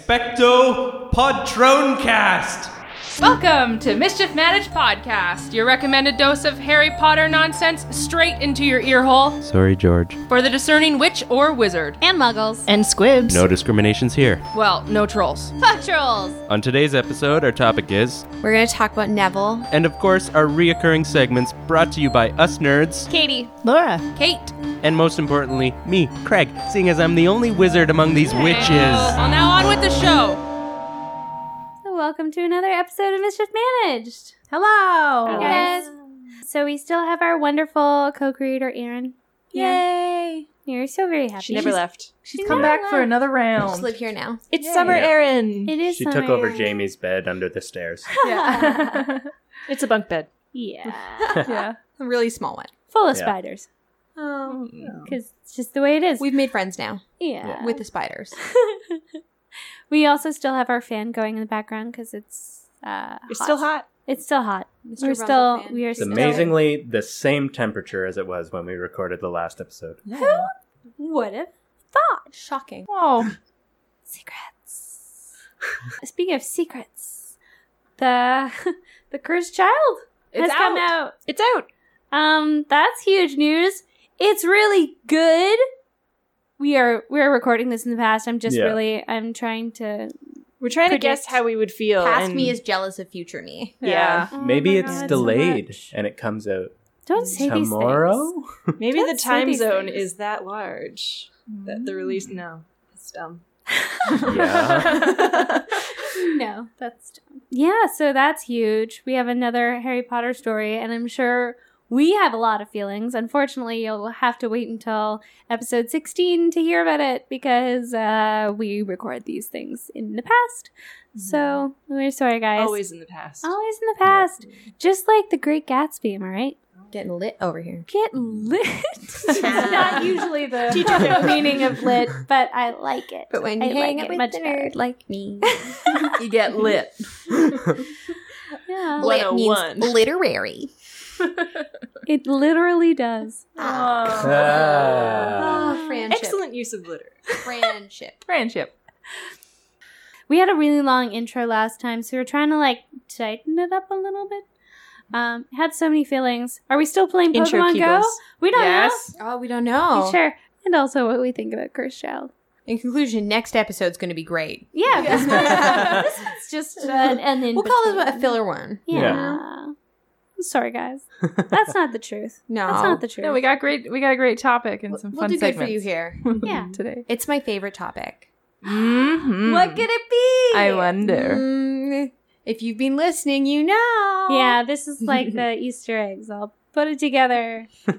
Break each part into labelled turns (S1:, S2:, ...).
S1: Expecto Podroncast!
S2: Welcome to Mischief Managed Podcast, your recommended dose of Harry Potter nonsense straight into your earhole
S1: Sorry, George.
S2: for the discerning witch or wizard.
S3: and muggles
S4: and squibs.
S1: No discriminations here.
S2: Well, no trolls.
S3: patrols.
S1: On today's episode, our topic is,
S3: We're gonna talk about Neville,
S1: and of course, our reoccurring segments brought to you by us nerds,
S3: Katie,
S4: Laura.
S2: Kate.
S1: and most importantly, me, Craig, seeing as I'm the only wizard among these witches.
S2: Well, now on with the show.
S5: So welcome to another episode of Mischief Managed.
S4: Hello.
S5: Hi, guys. So we still have our wonderful co-creator Erin.
S4: Yay.
S5: You're so very happy.
S4: never She's-
S2: left.
S4: She's come back for another
S3: just
S4: round.
S3: live here now.
S4: It's summer,
S6: Yeah.
S4: Erin.
S5: It is.
S6: She
S5: summer,
S6: took over
S5: Erin.
S6: Jamie's bed under the stairs.
S4: Yeah. it's a bunk bed.
S5: Yeah.
S4: Yeah.
S3: A really small one.
S5: Full of
S6: Yeah.
S5: spiders.
S3: Oh.
S5: Because it's just the way it is.
S3: We've made friends now
S5: Mm. yeah.
S3: with the spiders.
S5: we also still have our fan going in the background because it's. Uh,
S4: You're still hot.
S5: It's still hot.
S3: Mr.
S5: We're
S3: Rumble
S5: still.
S3: fan.
S5: We are
S6: It's
S5: still.
S6: amazingly the same temperature as it was when we recorded the last episode.
S5: Would have thought
S3: Shocking.
S4: Oh.
S5: secrets. Speaking of secrets, the the cursed child has come out.
S4: It's out.
S5: Um, that's huge news. It's really good. We are we're recording this in the past. I'm just
S6: Yeah.
S5: really I'm trying to
S4: We're trying
S5: Predict.
S4: to guess how we would feel.
S3: Past
S4: and-
S3: me is jealous of future me.
S4: Yeah.
S5: Oh
S6: Maybe
S5: my God,
S6: it's
S5: so
S6: delayed
S5: much.
S6: and it comes out
S5: Don't say these
S6: tomorrow.
S5: things.
S4: Maybe the
S5: Don't say
S4: time
S5: these
S4: zone
S5: things.
S4: is that large that the release. No. It's dumb.
S6: Yeah.
S5: No, that's dumb. Yeah, so that's huge. We have another Harry Potter story, and I'm sure we have a lot of feelings. Unfortunately, you'll have to wait until episode 16 to hear about it because uh, we record these things in the past. So we're sorry, guys.
S4: Always in the past.
S5: Mm-hmm. Always in the past. Just like the Great Gatsby, am I right?
S3: Getting lit over here.
S5: Get lit. it's not usually the meaning of lit, but I like it.
S3: But when
S5: I
S3: you hang
S5: like
S3: out
S5: it
S3: with
S5: much
S3: a
S5: better.
S3: nerd like me, you get lit.
S5: Yeah.
S3: lit means
S4: 101.
S3: literary.
S5: It literally does. Oh.
S6: Ah.
S3: Ah, friendship.
S4: Excellent use of litter.
S3: Friendship.
S4: Friendship.
S5: We had a really long intro last time, so we were trying to like tighten it up a little bit. Um, had so many feelings. Are we still playing
S4: Intro
S5: Pokemon Go?
S4: keyboards.
S5: We don't
S4: Yes.
S3: Oh, we don't
S5: know.
S3: know.
S5: Sure. And also what we think about Cursed Child.
S3: In conclusion, next episode's going to be great.
S5: Yeah, this
S6: Yeah.
S5: one's, this one's just
S4: uh,
S5: an, an
S3: We'll call this
S5: in-between.
S3: a filler one.
S5: Yeah.
S6: Yeah.
S5: I'm sorry, guys. That's not the truth.
S3: No.
S5: That's not the truth.
S7: No, we got great. We got a great topic and some
S3: we'll
S7: fun
S3: do good
S7: segments
S3: for you here.
S5: yeah.
S7: today.
S3: It's my favorite topic.
S7: Mm-hmm.
S3: What could it be?
S7: I wonder.
S3: Mm, if you've been listening, you know.
S5: Yeah, this is like the Easter eggs. I'll put it together. Uh,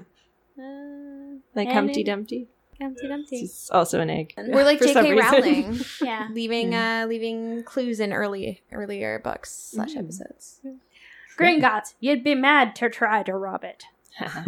S4: Like
S5: And
S4: Humpty
S5: it-
S4: Dumpty.
S5: Humpty Dumpty.
S4: It's also an egg.
S3: We're like
S4: For some
S3: J.K.
S4: reason.
S3: Rowling,
S5: Yeah.
S3: leaving uh, leaving clues in early earlier books slash
S4: Mm.
S3: episodes.
S5: Gringotts, you'd be mad to try to rob it.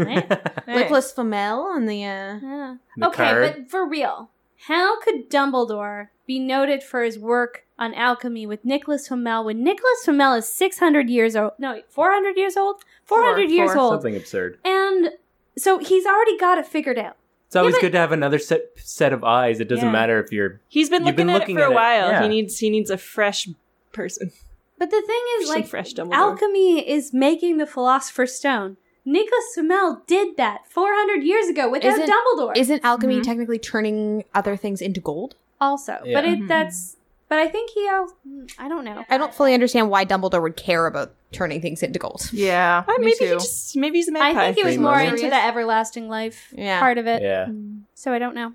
S3: Nicholas Flamel and the uh,
S5: Yeah.
S6: The
S5: okay,
S6: card.
S5: but for real, how could Dumbledore be noted for his work on alchemy with Nicholas Flamel when Nicholas Flamel is 600 years old? No, 400 years old? 400 years
S4: four,
S5: old.
S6: Something absurd.
S5: And so he's already got it figured out.
S6: It's always
S5: but-
S6: good to have another set, set of eyes. It doesn't
S5: Yeah.
S6: matter if you're.
S4: He's been
S6: You've
S4: looking
S6: been
S4: at
S6: looking
S4: it for
S6: at it,
S4: a while.
S6: yeah.
S4: He needs he needs a fresh person.
S5: But the thing is,
S4: Some
S5: like,
S4: fresh Dumbledore.
S5: alchemy is making the Philosopher's Stone. Nicholas Flamel did that 400 years ago without
S3: Isn't-
S5: Dumbledore.
S3: isn't alchemy
S7: Mhm.
S3: technically turning other things into gold?
S5: also,
S6: Yeah.
S5: but it
S7: Mhm.
S5: that's. But I think he. al- I don't know.
S3: Mm-hmm. I don't fully understand why Dumbledore would care about turning things into gold.
S7: Yeah,
S4: Ah,
S7: me
S4: maybe he
S7: too.
S4: just maybe he's a
S5: I
S4: magpie.
S5: think it was
S6: Pretty
S5: more
S6: much.
S5: into the everlasting life
S3: Yeah.
S5: part of it.
S6: Yeah.
S5: So I don't know.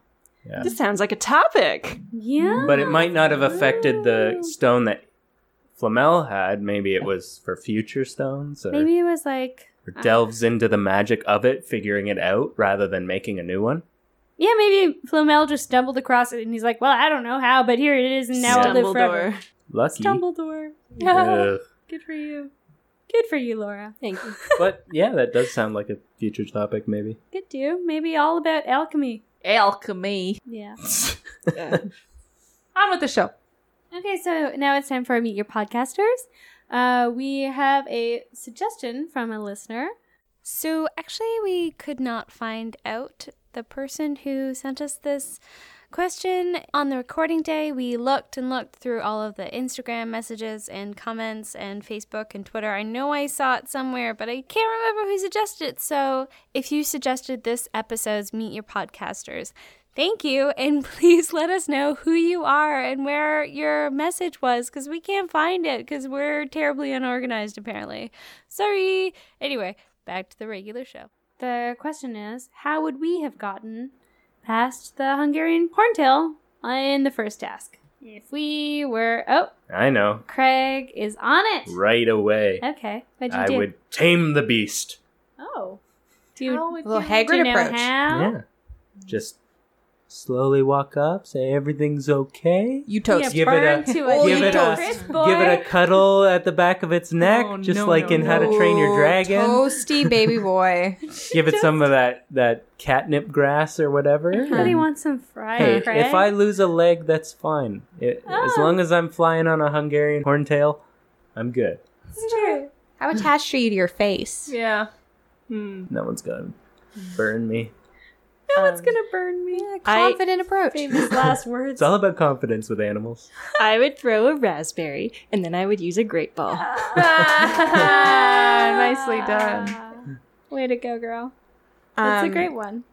S6: Yeah.
S4: This sounds like a topic.
S5: Yeah.
S6: But it might not have affected
S5: Oh.
S6: the stone that Flamel had. Maybe it was for future stones. Or...
S5: Maybe it was like.
S6: or delves into the magic of it, figuring it out rather than making a new one.
S5: Yeah, maybe Flamel just stumbled across it and he's like, well, I don't know how, but here it is, and now I'll live forever.
S4: Dumbledore.
S6: Lucky.
S5: Dumbledore.
S6: Ugh.
S5: Good for you. Good for you, Laura.
S4: Thank you.
S6: but yeah, that does sound like a future topic, maybe.
S5: Good do. Maybe all about alchemy.
S7: Alchemy.
S5: Yeah.
S4: Yeah.
S7: On with the show.
S5: Okay, so now it's time for Meet Your Podcasters. Uh, we have a suggestion from a listener. So, actually, we could not find out the person who sent us this question. On the recording day, we looked and looked through all of the Instagram messages and comments and Facebook and Twitter. I know I saw it somewhere, but I can't remember who suggested it. So if you suggested this episode's Meet Your Podcasters, thank you. And please let us know who you are and where your message was because we can't find it because we're terribly unorganized, apparently. Sorry. Anyway, back to the regular show. The question is how would we have gotten past the Hungarian horntail in the first task? If we were. Oh,
S6: I know.
S5: Craig is on it!
S6: Right away.
S5: Okay, what'd you
S6: I
S5: do?
S6: would tame the beast.
S5: Oh. Do you,
S3: A little Hagrid
S5: do you know
S3: approach.
S5: how?
S6: Yeah. Just slowly walk up, say everything's okay.
S7: You
S5: You
S7: toast.
S6: Give it
S5: burn
S6: a-
S5: to
S6: give it a-
S5: crisp,
S6: Give it a
S5: boy.
S6: cuddle at the back of its neck,
S7: Oh,
S6: just
S7: no,
S6: like
S7: no,
S6: in How to
S7: no.
S6: Train Your Dragon.
S4: Toasty baby boy.
S6: Give it some of that that catnip grass or whatever.
S5: Everybody
S6: and-
S5: wants some fried
S6: Hey,
S5: Craig.
S6: if I lose a leg, that's fine. It, As
S5: Oh.
S6: long as I'm flying on a Hungarian horntail, I'm good.
S3: How attached are you to your face?
S2: Yeah. Hmm.
S6: No one's gonna burn me.
S3: No
S6: um,
S4: one's
S3: gonna burn me.
S4: I-
S3: confident approach.
S4: last words.
S6: It's all about confidence with animals.
S4: I would throw a raspberry and then I would use a great ball.
S7: Nicely done.
S5: Way to go, girl. That's
S3: Um,
S5: a great one.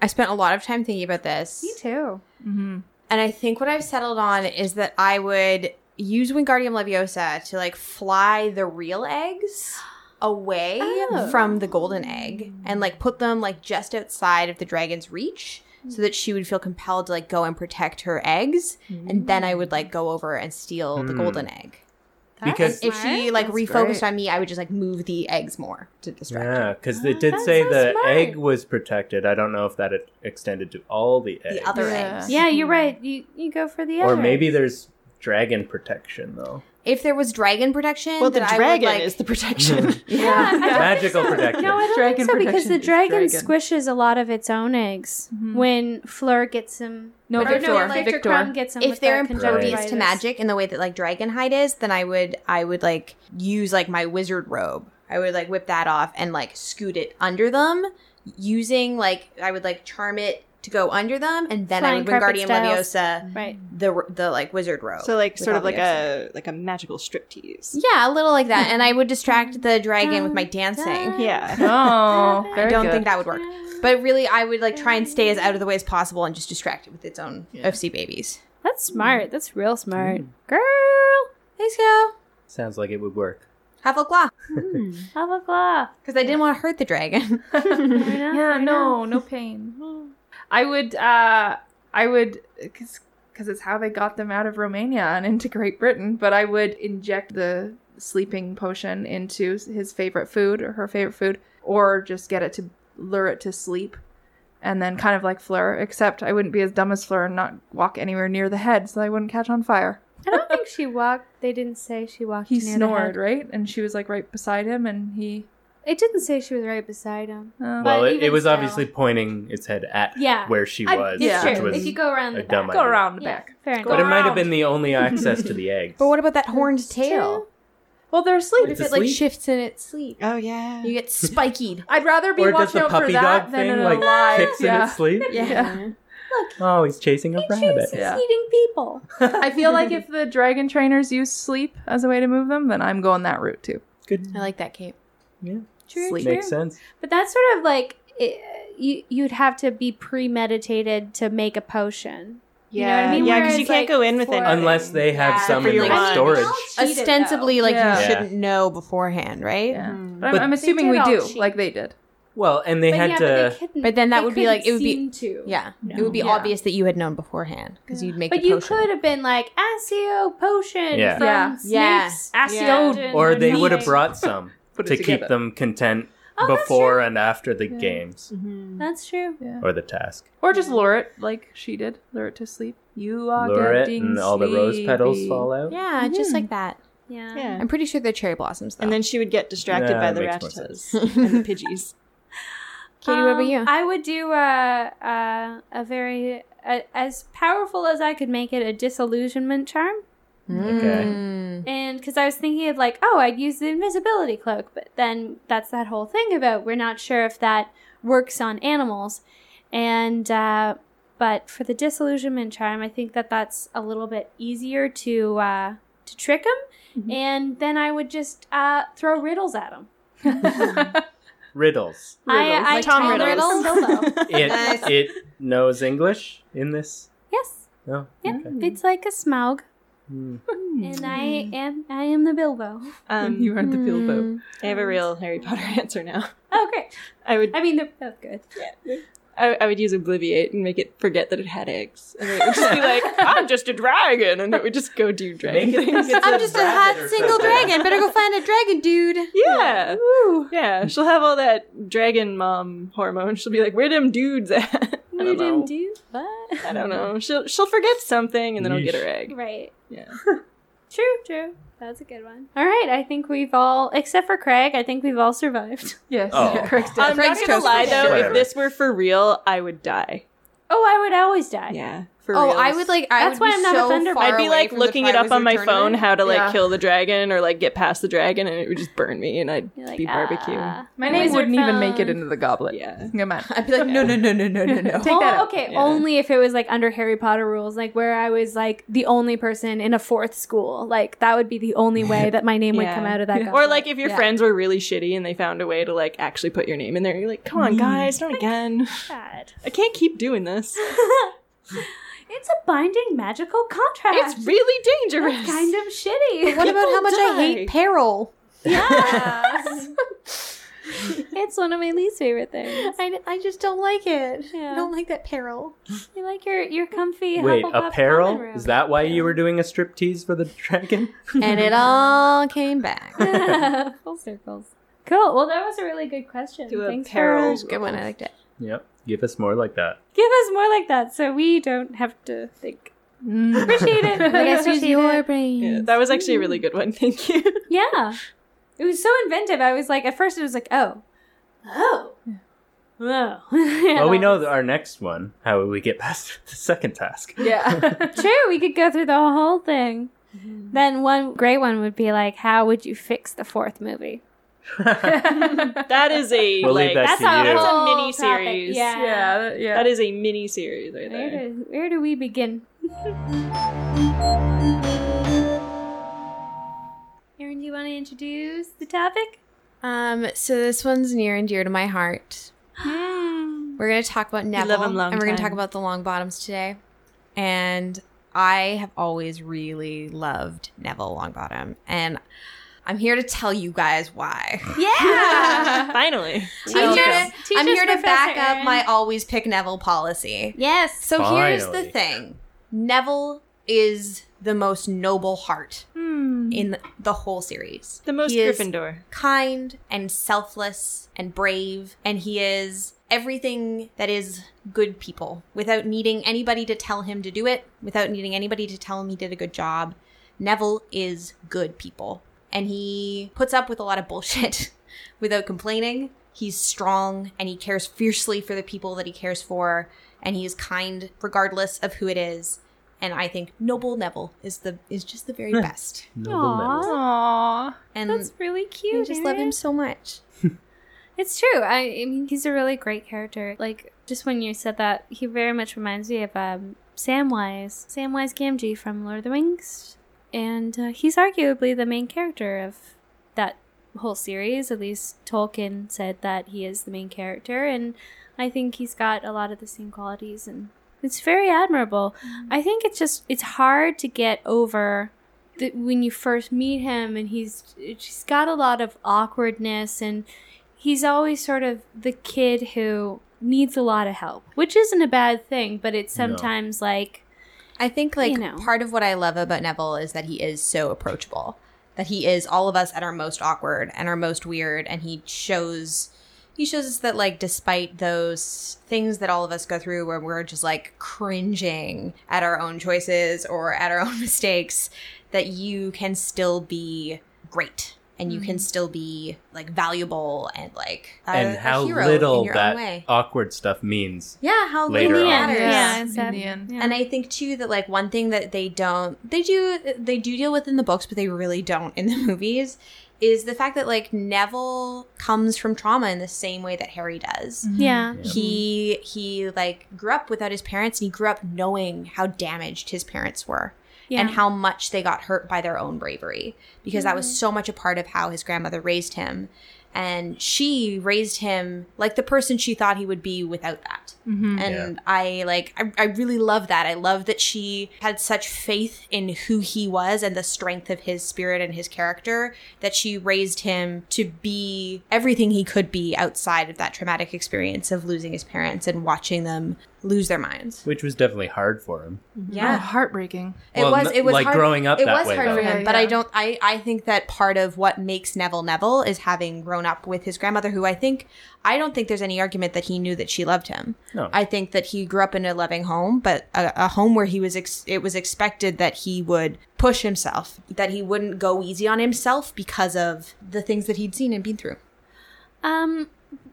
S3: I spent a lot of time thinking about this.
S5: too.
S7: Mm-hmm.
S3: And I think what I've settled on is that I would use Wingardium Leviosa to like fly the real eggs away
S5: Oh.
S3: from the golden egg and like put them like just outside of the dragon's reach so that she would feel compelled to like go and protect her eggs and then I would like go over and steal the
S4: Hmm.
S6: Mm.
S3: golden egg.
S6: Because-
S3: If she like
S7: That's
S3: refocused
S7: great.
S3: on me, I would just like move the eggs more to distract her.
S6: Yeah, because
S5: Ah,
S6: it did
S5: that's
S6: say
S5: so
S6: the
S5: smart.
S6: egg was protected. I don't know if that it extended to all the eggs.
S3: The other
S7: Yeah.
S3: eggs.
S5: yeah, you're right. You you go for the
S6: or
S5: other.
S6: maybe there's dragon protection though.
S3: If there was dragon protection,
S4: Well, the
S3: then I would,
S4: dragon
S3: like-
S4: is the protection.
S5: Yeah, I don't
S6: Magical
S5: think so.
S6: protection.
S5: No, I don't
S7: Dragon
S5: think so because
S7: protection
S5: the
S7: is
S5: dragon,
S7: dragon.
S5: squishes a lot of its own eggs
S7: Mhm.
S5: when Fleur gets him.
S7: No,
S5: or
S7: Victor.
S5: no, like Victor
S7: Victor.
S5: Crumb gets him.
S3: if
S5: with
S3: they're
S5: that
S3: impervious
S5: conjunctivitis.
S3: to magic in the way that like dragonhide is then i would i would like use like my wizard robe i would like whip that off and like scoot it under them using like i would like charm it to go under them and then i
S5: Flying
S3: would
S5: carpet
S3: wingardium
S5: styles.
S3: leviosa
S5: right?
S3: the the like wizard robe
S4: so like sort of
S3: Without
S4: like a like a magical striptease.
S3: yeah a little like that and i would distract the dragon with my
S5: Dun,
S3: dancing
S4: Yeah.
S7: Oh,
S3: i
S7: very
S3: don't
S7: good.
S3: think that would work
S5: dun.
S3: but really i would like try and stay as out of the way as possible and just distract it with its own fc babies
S5: That's smart. That's real smart,
S6: Mm.
S5: girl.
S3: thanks go
S6: Sounds like it would work.
S3: have a claw
S5: Have a claw.
S3: because i didn't want to hurt the dragon
S2: yeah, no, no pain. I would, uh, I would, because it's how they got them out of Romania and into Great Britain, but I would inject the sleeping potion into his favorite food or her favorite food, or just get it to lure it to sleep. And then kind of like Fleur, except I wouldn't be as dumb as Fleur and not walk anywhere near the head, so I wouldn't catch on fire.
S5: I don't think she walked. They didn't say she walked.
S2: He
S5: near the
S2: snored,
S5: head.
S2: right? And she was like right beside him, and he.
S5: It didn't say she was right beside him.
S2: Uh,
S6: well, it, it
S5: even
S6: was
S5: still-
S6: obviously pointing its head at
S5: Yeah.
S6: where she
S5: I-
S6: was,
S5: It's
S2: Yeah.
S6: which
S5: true.
S6: was
S5: if you go around
S6: a
S5: the
S6: dumb
S5: back.
S2: go
S6: idea.
S2: around the
S5: Yeah,
S2: back.
S5: fair enough.
S6: But it might have
S2: around.
S6: been the only access to the eggs.
S3: But what about that horned
S5: That's
S3: tail?
S5: true.
S2: Well, they're asleep.
S3: What if
S6: It's
S3: it like
S6: asleep?
S3: shifts in its sleep?
S4: Oh yeah.
S3: You get spikied.
S2: I'd rather be
S6: or does
S2: watching
S6: the
S2: out for
S6: puppy
S2: that
S6: dog
S2: than
S6: thing
S2: an
S6: like
S2: alive.
S6: kicks in
S2: yeah.
S6: its sleep?
S2: Yeah.
S6: Oh, he's chasing a
S5: She was
S6: rabbit.
S2: Yeah.
S5: eating people.
S2: I feel like if the dragon trainers use sleep as a way to move them, then I'm going that route too.
S6: Good.
S3: I like that cape.
S6: Yeah.
S5: True,
S6: Sleep
S5: true.
S6: makes sense.
S5: But that's sort of like it, you you'd have to be premeditated to make a potion. You know what I mean?
S4: Yeah, because you
S5: Whereas,
S4: can't
S5: like,
S4: go in with
S5: for-
S4: it.
S6: Unless they have
S5: Yeah,
S6: some
S4: for
S6: in
S4: your
S6: their
S4: lunch.
S6: storage.
S5: Cheated,
S3: Ostensibly, like
S2: Yeah.
S3: you
S6: Yeah.
S3: shouldn't know beforehand, right?
S2: Yeah.
S4: Mm.
S2: But, I'm,
S6: But-
S2: I'm
S5: They
S2: assuming
S5: did
S2: we
S5: all
S2: do,
S5: cheat.
S2: like they did.
S6: Well, and they
S5: But
S6: had
S5: yeah,
S6: to.
S5: But, they couldn't-
S3: But then that
S5: they
S3: would be like- it would be-
S5: couldn't seem to.
S3: Yeah. It would be
S2: No.
S3: obvious that you had known beforehand because you'd make
S5: But
S3: the
S5: you
S3: potion.
S5: could have been like Asio potion
S6: Yeah.
S5: from
S2: Yeah.
S3: Yeah.
S5: Snape's
S2: Asio
S5: dungeon
S6: or they would have
S5: meeting.
S6: brought some
S2: Put it
S6: to keep
S2: together.
S6: them content
S5: Oh, that's
S6: before
S5: true.
S6: and after the games
S4: Mm-hmm.
S5: That's true.
S6: or the task.
S2: Or just lure it, like she did, lure it to sleep. You are
S6: Lure it,
S2: getting
S6: and all the rose petals
S2: sleepy.
S6: fall out.
S3: Yeah, just like that.
S5: Yeah.
S4: Yeah.
S3: I'm pretty sure they're cherry blossoms, though.
S4: And then she would get distracted
S6: Yeah,
S4: by
S6: it
S4: the
S6: makes more
S4: ratatas and the pidgeys.
S3: Katie, what about
S5: Um,
S3: you?
S5: I would do a a, a very a, as powerful as I could make it a disillusionment charm,
S3: Mm.
S5: and because I was thinking of like, oh, I'd use the invisibility cloak, but then that's that whole thing about we're not sure if that works on animals, and uh, But for the disillusionment charm, I think that that's a little bit easier to uh, to trick him,
S4: Mhm.
S5: and then I would just uh, throw riddles at him.
S6: Riddles.
S5: I, I
S3: Like Tom
S5: Tom
S3: Riddles.
S5: Riddle.
S6: It
S3: Nice.
S6: it knows English in this.
S5: yes,
S6: No.
S5: yeah,
S4: Hmm.
S6: Okay.
S5: it's like a smaug,
S6: Hmm.
S5: and I am I am the Bilbo.
S4: Um,
S2: you are the Bilbo.
S3: Mm.
S4: I have a real Harry Potter answer now.
S5: Oh, great!
S4: I would
S5: I mean, they're both good.
S4: I, I would use obliviate and make it forget that it had eggs, and then it would just be like, "I'm just a dragon," and it would just go do dragon
S6: Make it
S4: things.
S6: think it's
S3: I'm just a
S6: rabbit
S3: hot
S6: or
S3: single
S6: something.
S3: dragon. Better go find a dragon dude.
S4: Yeah,
S5: Ooh,
S4: yeah. She'll have all that dragon mom hormone. She'll be like, "Where them dudes at?" I
S5: we
S4: don't know.
S5: didn't do what?
S4: I don't know. She'll she'll forget something, and then I'll get
S6: Yeesh.
S4: her egg.
S5: Right.
S4: Yeah.
S5: True, true. That's a good one. All right, I think we've all, except for Craig, I think we've all survived.
S2: Yes.
S6: Oh.
S2: Craig's dead.
S4: I'm
S3: Craig's
S4: not gonna
S3: toast
S4: lie
S3: for
S4: though,
S6: Whatever.
S4: if this were for real, I would die.
S5: Oh, I would always die.
S4: Yeah, for
S3: Oh,
S4: reals.
S3: I would like. I
S5: That's
S3: would
S5: why
S3: be
S5: I'm not a
S3: so
S5: Thunderbird.
S3: far
S4: I'd be
S3: away
S4: like
S3: from the
S4: looking it up on
S3: Triwizard
S4: my phone
S3: Tournament.
S4: how to like
S2: Yeah.
S4: kill the dragon or like get past the dragon, and it would just burn me, and I'd
S5: You're like,
S4: be barbecue.
S5: ah.
S2: My name
S5: Wizard
S2: wouldn't even make it
S5: phone.
S2: into the goblet.
S4: Yeah.
S2: Come on.
S3: I'd be like, no, no, no, no, no, no, no.
S2: Take that
S5: Oh,
S2: out.
S5: okay,
S4: Yeah.
S5: only if it was like under Harry Potter rules, like where I was like the only person in a fourth school. Like that would be the only way that my name would
S4: Yeah.
S5: come out of that.
S4: Or
S5: goblet.
S4: like if your
S5: Yeah.
S4: friends were really shitty and they found a way to like actually put your name in there, you're like, come on guys, not again.
S5: God.
S4: I can't keep doing this.
S5: it's a binding magical contract.
S4: It's really dangerous.
S5: That's kind of shitty.
S3: What about
S4: People
S3: how much I hate
S4: die.
S3: peril?
S5: Yes. it's one of my least favorite things.
S3: I, I just don't like it.
S5: Yeah.
S3: I don't like that peril.
S5: You like your your comfy
S6: Wait,
S5: Hufflepuff common
S6: apparel?
S5: room.
S6: Is that why you were doing a striptease for the dragon?
S3: and it all came back.
S5: full circles? Cool. Well, that was a really good question.
S4: To
S5: Thanks
S4: apparel.
S5: for
S3: It's a good one. I liked it.
S6: Yep. Give us more like that.
S5: give us more like that, so we don't have to think.
S6: Mm.
S5: Appreciate it. We appreciate it.
S3: brain.
S4: Yeah, that was actually a really good one. Thank you.
S5: Yeah. It was so inventive. I was like, at first, it was like, oh, oh, oh.
S6: well, we know that our next one, how we get past the second task.
S2: Yeah.
S5: True, we could go through the whole thing.
S6: Mm-hmm.
S5: Then one great one would be like, how would you fix the fourth movie?
S4: That is a
S6: We'll leave
S4: like
S6: that
S4: that's,
S6: to you.
S4: a
S5: whole
S4: mini
S5: topic.
S4: series.
S5: Yeah.
S2: yeah. that- Uh, Yeah.
S4: That is a mini series right
S5: Where
S4: there.
S5: do, where do we begin? Erin, do you want to introduce the topic?
S3: Um, so this one's near and dear to my heart. We're gonna talk about Neville,
S4: him long
S3: and we're gonna
S4: time.
S3: talk about the long bottoms today. And I have always really loved Neville Longbottom, and I'm here to tell you guys why.
S5: Yeah!
S4: Finally.
S3: I'm
S5: Teachers-
S3: here to,
S5: teachers,
S3: I'm here to back
S5: Professor
S3: up my
S5: Erin.
S3: always pick Neville policy.
S5: Yes.
S3: So here's the
S6: Finally.
S3: thing: Neville is the most noble heart in the, the whole series.
S4: The most
S3: He is
S4: Gryffindor.
S3: kind and selfless and brave, and he is everything that is good people without needing anybody to tell him to do it, without needing anybody to tell him he did a good job. Neville is good people, and he puts up with a lot of bullshit without complaining. He's strong and he cares fiercely for the people that he cares for, and he is kind regardless of who it is. And I think Noble Neville is the is just the very best.
S6: Noble Neville.
S2: Aww.
S3: And
S5: That's really cute. eh?
S3: I just love
S5: Erin.
S3: him so much.
S5: It's true. I, I mean, he's a really great character. Like, just when you said that, he very much reminds me of um, Samwise, Samwise Gamgee from Lord of the Rings, and uh, he's arguably the main character of that whole series. At least Tolkien said that he is the main character, and I think he's got a lot of the same qualities, and it's very admirable. I think it's just it's hard to get over the, when you first meet him, and he's he's got a lot of awkwardness and he's always sort of the kid who needs a lot of help, which isn't a bad thing, but it's
S6: No.
S5: sometimes like,
S3: I think like
S5: You know.
S3: part of what I love about Neville is that he is so approachable. That he is all of us at our most awkward and our most weird and he shows he shows us that like despite those things that all of us go through where we're just like cringing at our own choices or at our own mistakes that you can still be great and you
S5: Mm-hmm.
S3: can still be like valuable and like a,
S6: and
S3: a
S6: how
S3: hero
S6: little
S3: in your own
S6: that
S3: way.
S6: awkward stuff means.
S3: yeah, how
S6: Later
S3: little it
S6: on.
S5: Yeah,
S3: matters.
S5: yeah,
S2: In
S5: sad.
S2: the end.
S5: Yeah.
S3: And I think too that like one thing that they don't they do they do deal with in the books, but they really don't in the movies is the fact that like Neville comes from trauma in the same way that Harry does.
S5: Mm-hmm. yeah.
S6: Yeah.
S3: He he like grew up without his parents and he grew up knowing how damaged his parents were
S5: yeah.
S3: and how much they got hurt by their own bravery because that was so much a part of how his grandmother raised him and she raised him like the person she thought he would be without that
S2: Mhm.
S3: and i like I, I really love that i love that she had such faith in who he was and the strength of his spirit and his character that she raised him to be everything he could be outside of that traumatic experience of losing his parents and watching them lose their minds
S6: Which was definitely hard for him.
S2: Oh, heartbreaking.
S3: it
S6: Well,
S3: was.
S6: n-
S3: It was
S6: like
S3: hard-
S6: growing up
S3: It
S6: that
S3: was
S6: way,
S3: hard for
S6: though.
S3: him,
S2: Yeah,
S3: but I
S2: yeah.
S3: don't. I I think that part of what makes Neville Neville is having grown up with his grandmother, who I think I don't think there's any argument that he knew that she loved him.
S6: No.
S3: I think that he grew up in a loving home, but a, a home where he was. Ex- it was expected that he would push himself, that he wouldn't go easy on himself because of the things that he'd seen and been through.
S5: Um,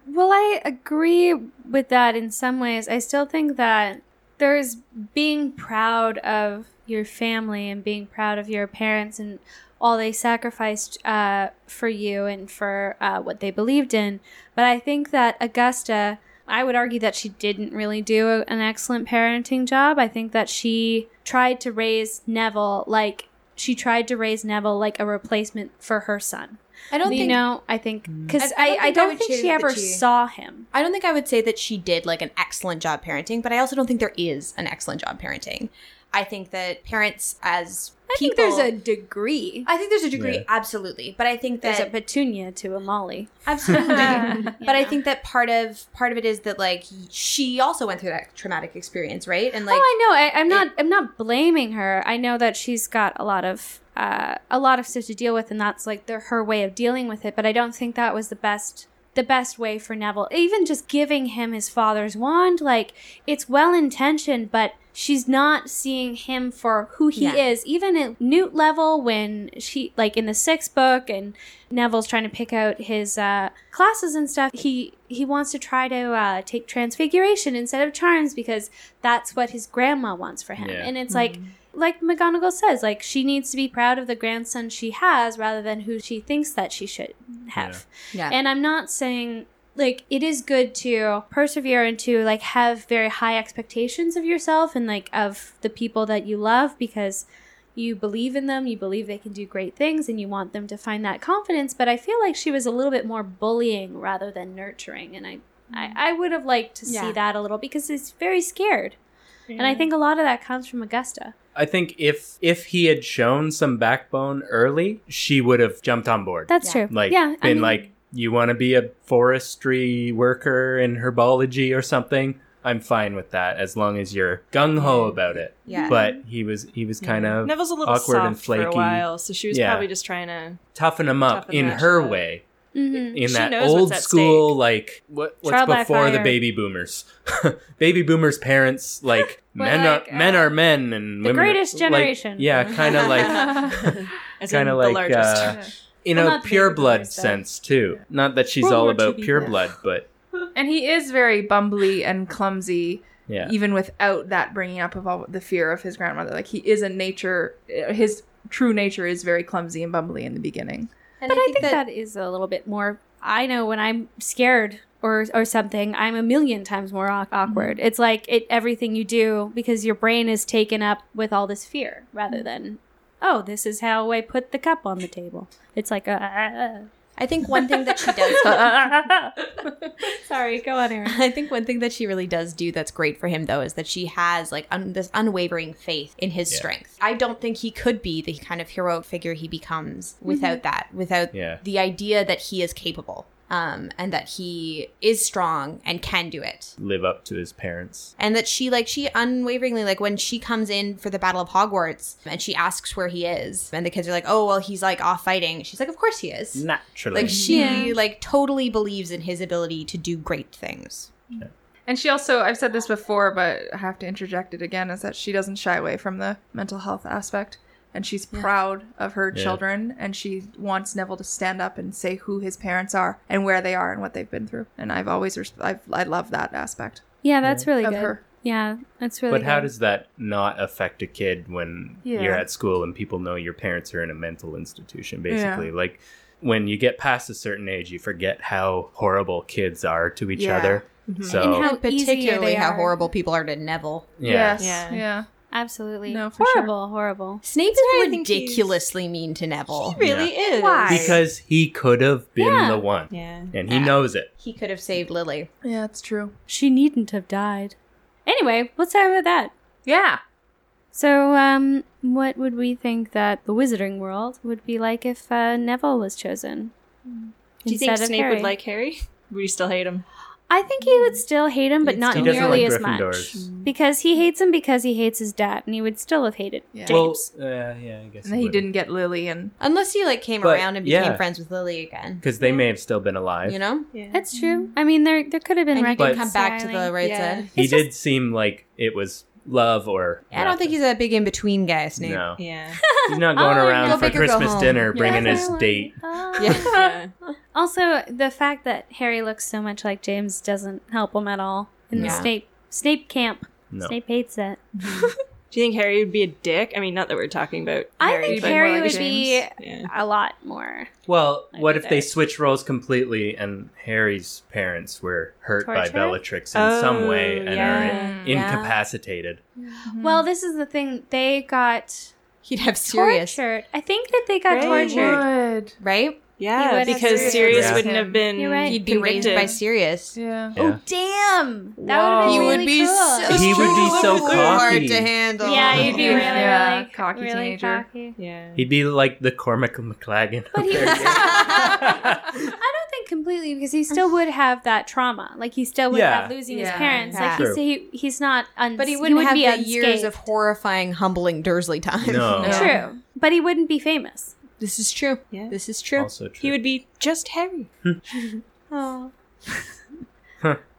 S5: well, I agree with that in some ways. I still think that there's being proud of your family and being proud of your parents and all they sacrificed uh, for you and for uh, what they believed in. But I think that Augusta, I would argue that she didn't really do a, an excellent parenting job. I think that she tried to raise Neville like she tried to raise Neville like a replacement for her son
S3: I don't
S5: you
S3: think.
S5: know i think because i,
S3: I- I
S5: I
S3: don't think I
S5: don't
S3: would
S5: think
S3: choose
S5: she
S3: that
S5: ever
S3: she-
S5: saw him
S3: I don't think I would say that she did like an excellent job parenting, but I also don't think there is an excellent job parenting. I think that parents as
S5: i
S3: people,
S5: think there's a degree
S3: I think there's a degree,
S6: Yeah.
S3: absolutely. But I think
S5: there's a
S3: that
S5: petunia to a molly
S3: absolutely.
S5: You
S3: but I
S5: know?
S3: think that part of part of it is that like she also went through that traumatic experience, right? And like
S5: oh i know I, i'm not i'm not blaming her i know that she's got a lot of uh, a lot of stuff to deal with and that's like the, her way of dealing with it but i don't think that was the best the best way for neville even just giving him his father's wand like it's well intentioned but she's not seeing him for who he
S3: Yeah.
S5: is even at newt level when she like in the sixth book and neville's trying to pick out his uh, classes and stuff he he wants to try to uh, take transfiguration instead of charms because that's what his grandma wants for him
S6: Yeah.
S5: and it's like like McGonagall says, like she needs to be proud of the grandson she has rather than who she thinks that she should have.
S3: Yeah.
S5: And I'm not saying like it is good to persevere and to like have very high expectations of yourself and like of the people that you love because you believe in them, you believe they can do great things and you want them to find that confidence, but I feel like she was a little bit more bullying rather than nurturing and I I, I would have liked to
S3: Yeah.
S5: see that a little because it's very scared. And I think a lot of that comes from Augusta.
S6: I think if if he had shown some backbone early, she would have jumped on board.
S5: That's
S3: Yeah.
S5: true.
S6: like
S5: yeah,
S6: been like you want to be a forestry worker in herbology or something. I'm fine with that as long as you're gung ho about it.
S3: yeah.
S6: But he was he was kind of
S4: Neville's a little
S6: awkward
S4: soft
S6: and
S4: for a
S6: flaky.
S4: while, so she was
S6: Yeah.
S4: probably just trying to
S6: toughen him up
S4: Toughen
S6: in
S4: that
S6: her
S4: up.
S6: way
S8: mm-hmm.
S5: hmm
S6: in
S4: She
S6: that
S4: knows what's
S6: old
S4: at
S6: school like what, what's
S5: Trial by
S6: before the
S5: fire.
S6: baby boomers. baby boomers parents like
S2: But
S6: men
S2: like,
S6: are men
S2: uh,
S6: are men and
S5: the
S6: women are-
S5: greatest
S6: like,
S5: generation.
S6: yeah, kind of like
S4: as
S6: Kinda
S4: in
S6: like,
S4: the largest.
S6: uh, in
S5: Well,
S6: a
S5: not the
S6: pure
S5: baby
S6: blood
S5: boomers, though.
S6: sense too. Not that she's
S4: World
S6: all
S4: War
S6: about
S4: II
S6: pure
S4: people.
S6: blood, but
S2: And he is very bumbly and clumsy,
S6: yeah.
S2: even without that bringing up of all the fear of his grandmother. Like he is a nature, his true nature is very clumsy and bumbly in the beginning.
S3: and
S5: But I think that is a little bit more. I know when I'm scared or or something, I'm a million times more au-
S8: Mm-hmm.
S5: awkward. It's like it everything you do because your brain is taken up with all this fear rather than. Oh, this is how I put the cup on the table. It's like a.
S3: I think one thing that she does
S5: Sorry, go on, Erin.
S3: I think one thing that she really does do that's great for him though is that she has like un- this unwavering faith in his
S6: Yeah.
S3: strength. I don't think he could be the kind of heroic figure he becomes without that, without
S6: Yeah.
S3: the idea that he is capable um, and that he is strong and can do it.
S6: live up to his parents.
S3: And that she like she unwaveringly like when she comes in for the Battle of Hogwarts and she asks where he is and the kids are like, "Oh, well, he's like off fighting." She's like, "Of course he is."
S6: Naturally.
S3: Like she like totally believes in his ability to do great things.
S2: And she also, I've said this before, but I have to interject it again, is that she doesn't shy away from the mental health aspect. and she's proud of her
S6: Yeah.
S2: children and she wants Neville to stand up and say who his parents are and where they are and what they've been through. And I've always res- I've, I love that aspect
S8: Yeah, that's really
S2: of
S8: good.
S2: her.
S8: Yeah, that's really.
S6: But how
S8: good.
S6: does that not affect a kid when you're
S2: Yeah.
S6: at school and people know your parents are in a mental institution, basically? Like, when you get past a certain age, you forget how horrible kids are to each
S2: Yeah.
S6: other.
S4: Mhm.
S6: So,
S8: And how
S3: And particularly
S8: easy they
S3: how
S8: are.
S3: horrible people are to Neville.
S6: yeah.
S2: Yes.
S4: Yeah.
S2: Yeah.
S8: Absolutely.
S2: No, for sure.
S8: horrible, horrible.
S3: Snape's
S4: why I think he's-
S3: ridiculously mean to Neville.
S4: He really is.
S2: Why?
S6: Because he could have been
S8: Yeah.
S6: the one,
S4: Yeah.
S6: and he knows it.
S3: He could have saved Lily.
S2: Yeah, it's true.
S8: She needn't have died. Anyway, let's talk about that.
S2: Yeah.
S8: So, um, what would we think that the Wizarding World would be like if uh, Neville was chosen?
S4: Do you
S8: instead
S4: think
S8: of
S4: Snape
S8: Harry?
S4: would like Harry? Would you still hate him?
S8: I think he would still hate him, but
S4: He'd
S8: not
S4: still-
S6: He doesn't
S8: nearly
S6: like
S8: as much.
S6: Gryffindors.
S8: Because he hates him because he hates his dad, and he would still have hated.
S2: Yeah.
S6: Well, uh, yeah, I guess
S2: and then he didn't get Lily and
S3: Unless he like came
S6: But,
S3: around and became
S6: yeah.
S3: friends with Lily again.
S6: because they may have still been alive.
S3: You know?
S4: Yeah.
S8: That's true. I mean, there there could have been
S3: And he
S8: reconciling.
S3: can come back to the right
S4: Yeah.
S3: side.
S6: he
S8: It's
S6: did seem like it was love or.
S3: I don't think he's that big in between guy, Snape.
S6: No,
S4: Yeah.
S6: he's not going
S8: Oh,
S6: around
S3: go
S6: for
S3: big or go
S6: Christmas
S3: home.
S6: dinner
S3: Yeah.
S6: bringing his
S8: Everyone-
S6: date.
S8: Oh.
S3: Yeah.
S4: yeah.
S8: Also, the fact that Harry looks so much like James doesn't help him at all in the
S3: No.
S8: Snape Snape camp.
S6: No,
S8: Snape hates that.
S4: Do you think Harry would be a dick? I mean, not that we're talking about.
S8: I
S4: Harry,
S8: think
S4: but-
S8: Harry
S2: more like
S8: would be
S4: Yeah.
S8: a lot more.
S6: Well,
S8: I'd
S6: what
S8: be
S6: if they
S8: there.
S6: switch roles completely and Harry's parents were hurt by
S8: Tortured?
S6: Bellatrix in some way and are
S4: yeah.
S6: incapacitated?
S8: Well, this is the thing. They got
S3: He'd have serious
S8: tortured. I think that they got
S4: Right.
S8: tortured.
S2: would.
S3: right?
S8: He
S4: Yeah,
S8: would have
S4: because
S8: Sirius.
S4: Sirius
S6: Yeah.
S4: wouldn't have been.
S8: You're right.
S3: He'd be raised
S4: convicted.
S3: by Sirius.
S2: Yeah.
S8: Oh.
S6: Yeah.
S8: Damn, that
S4: Whoa.
S8: would have
S4: He would
S8: been really cool.
S6: He would be so cocky.
S3: hard to handle.
S8: yeah, you'd be really,
S2: Yeah,
S8: really
S2: cocky
S8: really
S2: teenager.
S8: cocky.
S4: Yeah.
S6: He'd be like the Cormac McLagan.
S8: But he-
S6: yeah,
S8: I don't think completely because he still would have that trauma. Like he still would
S6: Yeah.
S8: have losing his
S2: Yeah.
S8: parents.
S3: Yeah.
S8: Like he's, he, he's not. Un-
S3: But he wouldn't
S8: would
S3: have
S8: be
S3: the years of
S8: unscathed.
S3: horrifying, humbling Dursley time.
S6: No.
S2: No.
S8: True, but he wouldn't be famous.
S3: This is true.
S4: Yeah.
S3: This is true.
S6: also true.
S4: He would be just Harry.
S3: Oh.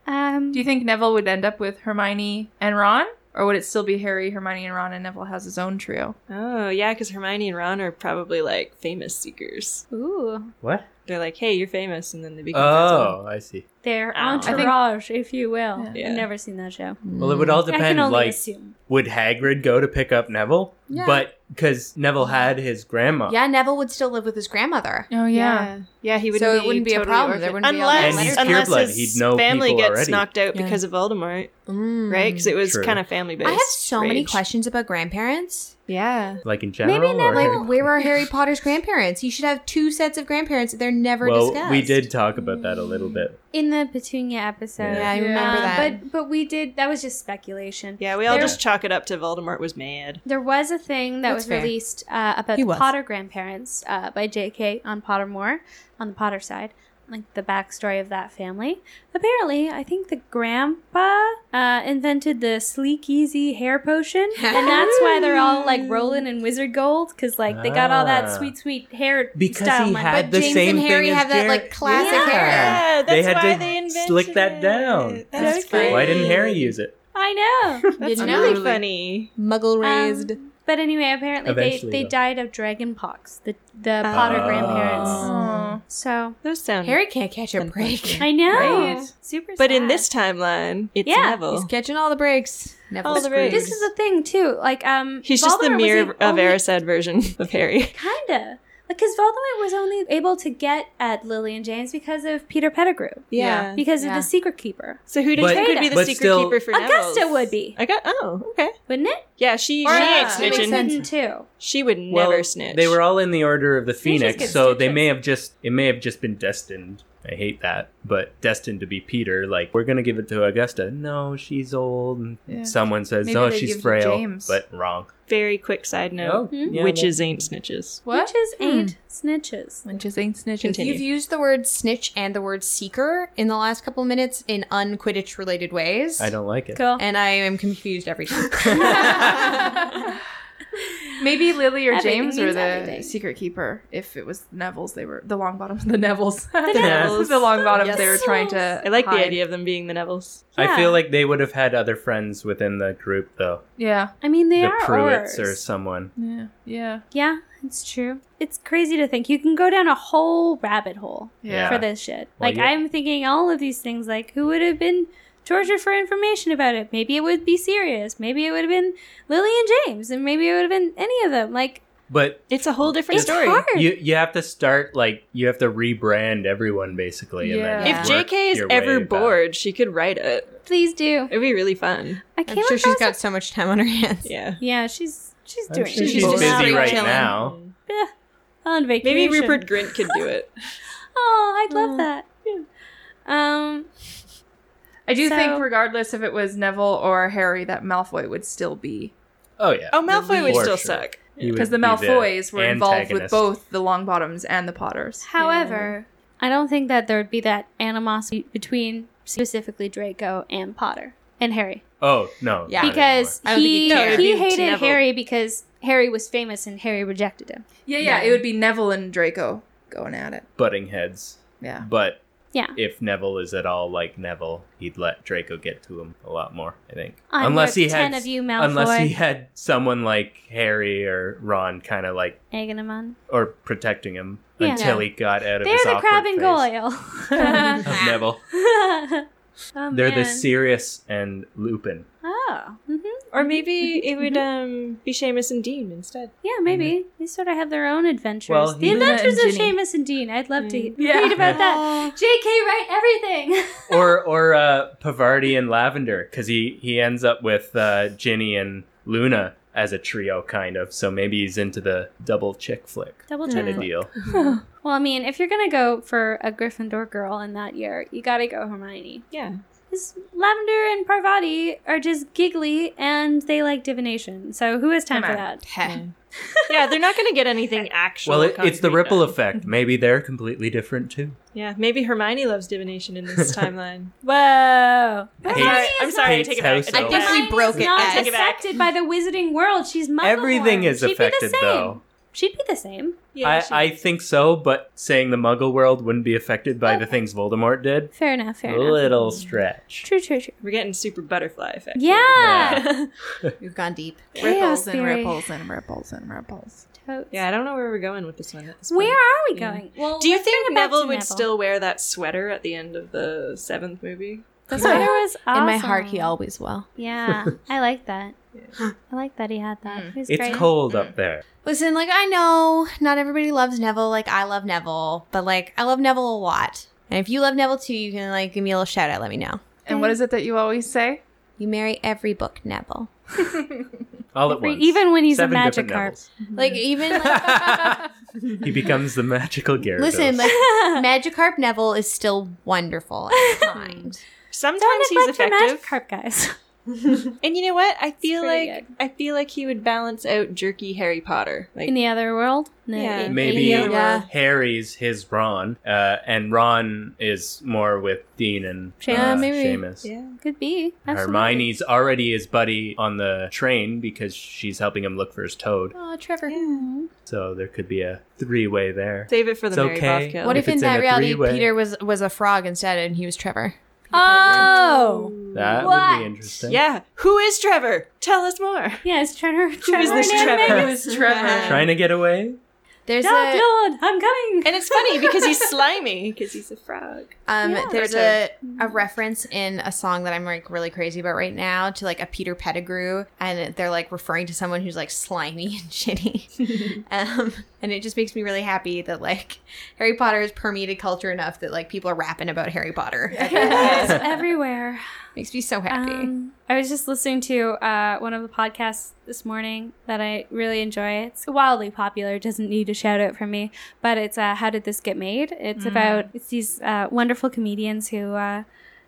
S8: Um,
S2: Do you think Neville would end up with Hermione and Ron? Or would it still be Harry, Hermione, and Ron, and Neville has his own trio?
S4: Oh, yeah, because Hermione and Ron are probably like famous seekers.
S8: Ooh,
S6: what?
S4: They're like, hey, you're famous. And then they become friends
S6: Oh, I see.
S8: their
S4: Ow. I think-
S5: Um,
S8: entourage, if you will.
S4: Yeah.
S8: I've never seen that show.
S6: Well, it would all
S8: I can
S6: depend.
S8: only
S6: Like,
S8: assume.
S6: would Hagrid go to pick up Neville?
S3: Yeah.
S6: But because Neville had his grandma.
S3: Yeah, Neville would still live with his grandmother.
S2: Oh,
S4: with him. Yeah, he would
S3: So it wouldn't be a problem. There wouldn't be all that
S4: unless,
S6: And he's
S4: unless
S6: pureblood.
S4: his
S6: He'd know
S4: family
S6: people
S4: gets
S6: already.
S4: knocked out
S3: Yeah.
S4: because of Voldemort,
S3: Mm.
S4: right? Because it was
S6: True.
S4: kind of family based.
S3: I have so many questions about grandparents.
S4: Yeah.
S6: Like in general, or
S3: Like, where are Harry Potter's grandparents? He should have two sets of grandparents that they're never
S6: well,
S3: discussed.
S6: we did talk about that a little bit.
S8: in the Petunia episode.
S3: Yeah, I
S2: Yeah.
S3: remember
S8: Uh,
S3: that.
S8: But but we did that was just speculation.
S4: Yeah, we all
S8: There-
S4: just chalk it up to Voldemort was mad.
S8: There was a thing that
S3: That's
S8: was
S3: fair.
S8: released uh, about
S3: He
S8: the
S3: was.
S8: Potter grandparents uh, by J.K. on Pottermore, on the Potter side, like the backstory of that family. Apparently, I think the grandpa uh, invented the sleek, easy hair potion, and that's why they're all like rolling in wizard gold because like they got all
S6: Ah.
S8: that sweet, sweet hair
S6: Because
S8: style
S6: he
S8: money.
S6: had
S3: But
S6: the
S3: James
S6: same
S3: and Harry
S6: thing as
S3: have that,
S6: Jer-
S3: like, classic Yeah. hair.
S4: Yeah,
S6: They
S4: that's
S6: had
S4: why
S6: to
S4: they invented
S6: slick that
S4: it.
S6: down.
S4: That's
S8: So
S4: funny.
S8: great.
S6: Why didn't Harry use it?
S8: I know.
S4: That's
S3: Didn't
S4: really
S2: know.
S4: funny.
S3: Muggle
S8: Um,
S3: raised.
S8: But anyway, apparently
S6: Eventually,
S8: they, they
S6: though.
S8: died of dragon pox. The the Potter
S6: Oh.
S8: grandparents.
S2: Oh.
S8: So
S4: Those sound.
S3: Harry can't catch a break.
S8: I know.
S4: Right.
S8: Super.
S4: But in
S8: sad.
S4: this timeline, it's
S8: Yeah.
S3: He's
S4: Neville.
S3: catching all the breaks. Neville's
S4: All the breaks.
S8: this is the thing too. Like um,
S4: He's just the
S8: Voldemort was
S4: mirror
S8: a-
S4: of
S8: only-
S4: Erised version of Harry.
S8: Kinda. Because Voldemort was only able to get at Lily and James because of Peter Pettigrew,
S4: Yeah.
S8: because
S3: Yeah.
S8: of the Secret Keeper.
S4: So who do you
S6: But-
S4: think would be the
S6: but
S4: secret
S6: still-
S4: keeper for
S8: Augusta
S4: Neville's?
S8: would be,
S4: I got. Oh, okay.
S8: wouldn't it?
S4: Yeah, she
S2: Or
S4: she
S2: yeah,
S4: ain't
S2: that makes
S4: snitching.
S8: Snitching too.
S4: She would never
S6: well,
S4: snitch.
S6: They were all in the order of the
S4: Snitches
S6: Phoenix,
S4: get
S6: so they
S4: stitches.
S6: may have just it may have just been destined. I hate that, but destined to be Peter. Like we're gonna give it to Augusta. No, she's old. And
S2: Yeah.
S6: Someone says,
S2: Maybe
S6: "Oh,
S2: they
S6: she's
S2: give it to
S6: frail,"
S2: James.
S6: but wrong.
S4: very quick side note.
S6: Oh, yeah,
S4: Witches ain't snitches.
S2: What?
S8: Witches ain't snitches.
S2: Which is ain't snitches.
S4: Continue.
S3: You've used the word snitch and the word seeker in the last couple minutes in unquidditch related ways.
S6: that- I don't like it.
S8: Cool.
S3: And I am confused every time.
S2: Maybe Lily or
S5: Everything
S2: James were
S5: means
S2: the
S5: everything.
S2: secret keeper. If it was Neville's, they were the long bottoms. The Neville's, the,
S6: Nevilles.
S2: the long bottoms.
S4: Yes.
S2: They were trying to.
S4: I like
S2: hide.
S4: the idea of them being the Nevilles.
S6: I
S5: Yeah.
S6: feel like they would have had other friends within the group, though.
S2: Yeah,
S5: I mean, they
S6: the
S5: are
S6: Pruitts or
S5: ours.
S6: someone.
S2: yeah, yeah,
S5: Yeah, it's true. It's crazy to think you can go down a whole rabbit hole
S2: yeah.
S5: for this shit.
S6: Well,
S5: like
S6: yeah.
S5: I'm thinking all of these things like who would have been tortured for information about it? Maybe it would be serious. Maybe it would have been Lily and James and maybe it would have been any of them. Like
S6: But
S4: It's a whole different
S5: it's
S4: story.
S5: hard.
S6: you you have to start like you have to rebrand everyone basically, and then
S2: Yeah.
S4: If
S6: work
S4: JK is
S6: your way
S4: ever
S6: back.
S4: bored, she could write it.
S5: Please do.
S4: It'd be really fun.
S5: I
S3: I'm
S5: came
S3: sure she's
S5: across
S3: got so much time on her hands.
S4: Yeah.
S5: a- Yeah, she's she's
S6: I'm
S5: doing
S6: sure
S5: it.
S6: she's
S3: She's
S6: busy
S3: just
S6: right
S3: chilling.
S6: now.
S5: on vacation.
S4: Maybe Rupert Grint could do it.
S5: Oh, I'd
S4: Mm.
S5: love that. Um
S2: I do
S5: So-
S2: think, regardless if it was Neville or Harry, that Malfoy would still be
S6: Oh yeah,
S4: Oh, Malfoy would
S6: For
S4: still
S6: sure.
S4: suck.
S6: He would
S2: because the
S6: be
S2: Malfoys were involved with
S6: antagonist.
S2: both the long bottoms and the Potters.
S5: However, I don't think that there would be that animosity between specifically Draco and Potter and Harry
S6: Oh no,
S3: Yeah.
S6: not
S5: because
S3: I don't think
S5: he
S3: he'd care.
S5: he
S3: No,
S5: hated
S3: to Neville.
S5: Harry because Harry was famous and Harry rejected him.
S2: Yeah, yeah, it would be Neville and Draco going at it.
S6: anymore. butting heads.
S2: Yeah.
S6: But
S5: Yeah.
S6: if Neville is at all like Neville, he'd let Draco get to him a lot more. I think
S5: I'm
S6: unless
S5: worth
S6: he
S5: ten
S6: had
S5: of you, Malfoy.
S6: unless he had someone like Harry or Ron, kind of like
S5: Egging him on.
S6: or protecting him
S5: Yeah.
S6: until he got out of
S5: They're
S6: his
S5: the
S6: awkward
S5: crab and
S6: phase
S5: Goyle.
S6: of Neville.
S5: Oh,
S6: They're the
S5: man.
S6: Sirius and Lupin.
S5: Oh, hmm
S4: Or maybe it would um, be Seamus and Dean instead.
S5: yeah, maybe they sort of have their own adventures.
S6: Well,
S5: the
S6: he-
S5: adventures
S2: Luna
S5: of
S2: and Ginny.
S5: Seamus and Dean. I'd
S4: Mm.
S5: love to
S2: Yeah.
S5: read about
S6: Yeah.
S5: that. J.K. write everything.
S6: or or uh, Pavarti and Lavender, because he he ends up with uh, Ginny and Luna as a trio, kind of. So maybe he's into the double chick flick
S5: Double check.
S6: kind of deal.
S5: Well, I mean, if you're gonna go for a Gryffindor girl in that year, you gotta go Hermione.
S4: Yeah.
S5: 'Cause Lavender and Parvati are just giggly and they like divination. So who has time
S2: Come
S5: for
S2: on.
S5: that?
S3: Heh.
S4: Yeah, they're not going to get anything actual.
S6: Well, it, it's the
S4: concrete
S6: ripple
S4: done.
S6: effect. Maybe they're completely different too.
S4: Yeah, maybe Hermione loves divination in this timeline.
S5: Whoa!
S6: Hates-
S5: Hermione
S4: I'm
S5: is
S4: sorry, I
S6: Hates
S4: take it back. I
S6: house
S4: take it
S3: I
S4: back.
S3: think we broke it,
S5: not
S3: guys.
S4: Take it back.
S5: affected by the wizarding world. She's Muggle
S6: Everything
S5: born.
S6: is
S5: She'd be
S6: affected,
S5: the same.
S6: though.
S5: She'd be the same.
S4: Yeah,
S6: I, I
S4: she-
S6: think so, but saying the Muggle world wouldn't be affected by the
S5: Okay.
S6: things Voldemort did,
S5: Fair enough. Fair enough. Mm.
S6: little stretch.
S5: True. True. True.
S4: we're getting super butterfly effect. here.
S5: Yeah.
S3: We've gone deep.
S5: Chaos
S2: ripples and
S5: theory.
S2: ripples and ripples and ripples.
S5: Totes.
S4: Yeah, I don't know where we're going with this one. At this
S5: Where
S4: point.
S5: are we
S4: Yeah.
S5: going? Well,
S4: Do you
S5: let's bring
S4: think
S5: it back
S4: Neville
S5: to
S4: would still wear that sweater at the end of the seventh movie?
S5: The sweater was awesome.
S3: In my heart, he always will.
S5: Yeah, I like that. I like that he had that.
S2: Mm.
S5: It was
S6: It's
S5: great. Mm.
S6: cold up there.
S3: Listen, like I know not everybody loves Neville like I love Neville, but like I love Neville a lot. And if you love Neville too, you can like give me a little shout out. Let me know.
S2: And what is it that you always say?
S3: You marry every book Neville.
S6: All at
S5: Every-
S6: once.
S5: even when he's a
S6: Seven different
S5: Magikarp.
S3: Like even like,
S6: Nevils. he becomes the magical Gyarados.
S3: listen, like Magikarp Neville is still wonderful and kind.
S4: Sometimes he's effective.
S5: Magikarp guys.
S4: And you know what? I feel
S5: pretty
S4: like I feel like he would balance out jerky Harry Potter. Like
S5: In the other world, no,
S4: Yeah.
S5: in-
S6: Maybe
S5: in the other
S3: Yeah.
S5: world.
S6: Harry's his Ron, uh, and Ron is more with Dean and
S5: Seamus.
S6: uh,
S3: Maybe.
S6: Seamus.
S4: yeah.
S5: could be. Absolutely.
S6: Hermione's already his buddy on the train because she's helping him look for his toad.
S3: Oh, Trevor.
S5: Mm.
S6: So there could be a three way there.
S4: Save it for the
S6: It's
S4: Mary
S6: okay.
S4: Bothkill.
S3: What
S6: What
S3: if,
S6: if
S3: in
S6: it's in
S3: that
S6: a
S3: reality
S6: three-way?
S3: Peter was was a frog instead and he was Trevor?
S5: Oh,
S6: That would
S5: What?
S6: be interesting.
S4: Yeah. Who is Trevor? Tell us more.
S5: yes, Trevor. Trevor
S4: is this
S5: and
S4: Trevor?
S5: Animagus.
S4: Who
S2: is Trevor?
S6: Trying to get away?
S3: There's
S5: Dog
S3: a
S5: Dylan, I'm coming.
S4: And it's funny because he's slimy because he's a frog.
S3: Um,
S5: Yeah.
S3: there's
S4: Or
S3: a, a reference in a song that I'm like really crazy about right now to like a Peter Pettigrew, and they're like referring to someone who's like slimy and shitty. um, and it just makes me really happy that like Harry Potter has permeated culture enough that like people are rapping about Harry Potter.
S5: It's everywhere.
S3: makes me so happy.
S5: Um, I was just listening to uh, one of the podcasts this morning that I really enjoy. It's wildly popular. Doesn't need a shout out from me, but it's uh, how did this get made? It's
S2: Mm.
S5: about it's these uh, wonderful comedians who uh,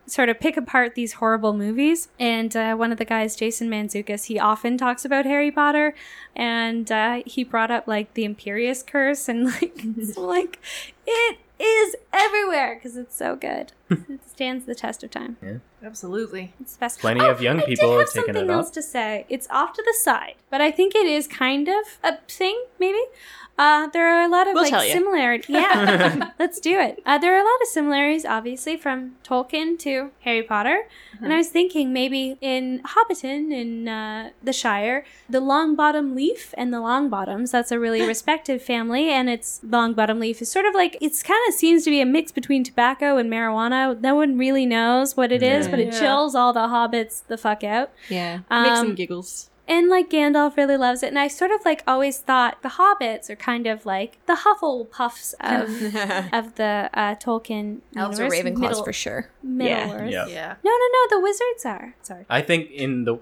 S5: sort of pick apart these horrible movies. And uh, one of the guys, Jason Manzukis, he often talks about Harry Potter, and uh, he brought up like the Imperious Curse and like so, like it is everywhere because it's so good. it stands the test of time.
S2: Absolutely.
S5: It's the best.
S6: Plenty of young
S5: Oh, I
S6: people
S5: did
S6: have
S5: have
S6: taken it
S5: something
S6: up.
S5: else to say. It's off to the side, but I think it is kind of a thing, maybe. Uh, there are a lot of
S4: We'll tell
S5: like
S4: you.
S5: similarities. Yeah, let's do it. Uh, there are a lot of similarities, obviously, from Tolkien to Harry Potter.
S4: Mm-hmm.
S5: And I was thinking maybe in Hobbiton in uh, the Shire, the Longbottom Leaf and the Longbottoms, that's a really respected family. And it's Longbottom Leaf is sort of like, it's kind of seems to be a mix between tobacco and marijuana. No one really knows what it is,
S6: Yeah.
S5: but it
S2: Yeah.
S5: chills all the hobbits the fuck out.
S4: Yeah. Make
S5: Um,
S4: some giggles.
S5: And like Gandalf really loves it. And I sort of like always thought the hobbits are kind of like the Hufflepuffs
S3: Um,
S5: of. Of the uh, Tolkien
S3: Elves are
S5: universe,
S3: Ravenclaws
S5: middle,
S3: for sure.
S5: Middle
S4: Yeah.
S5: Earth.
S6: Yeah.
S2: Yeah.
S5: No, no, no. The wizards are. Sorry.
S6: I think in the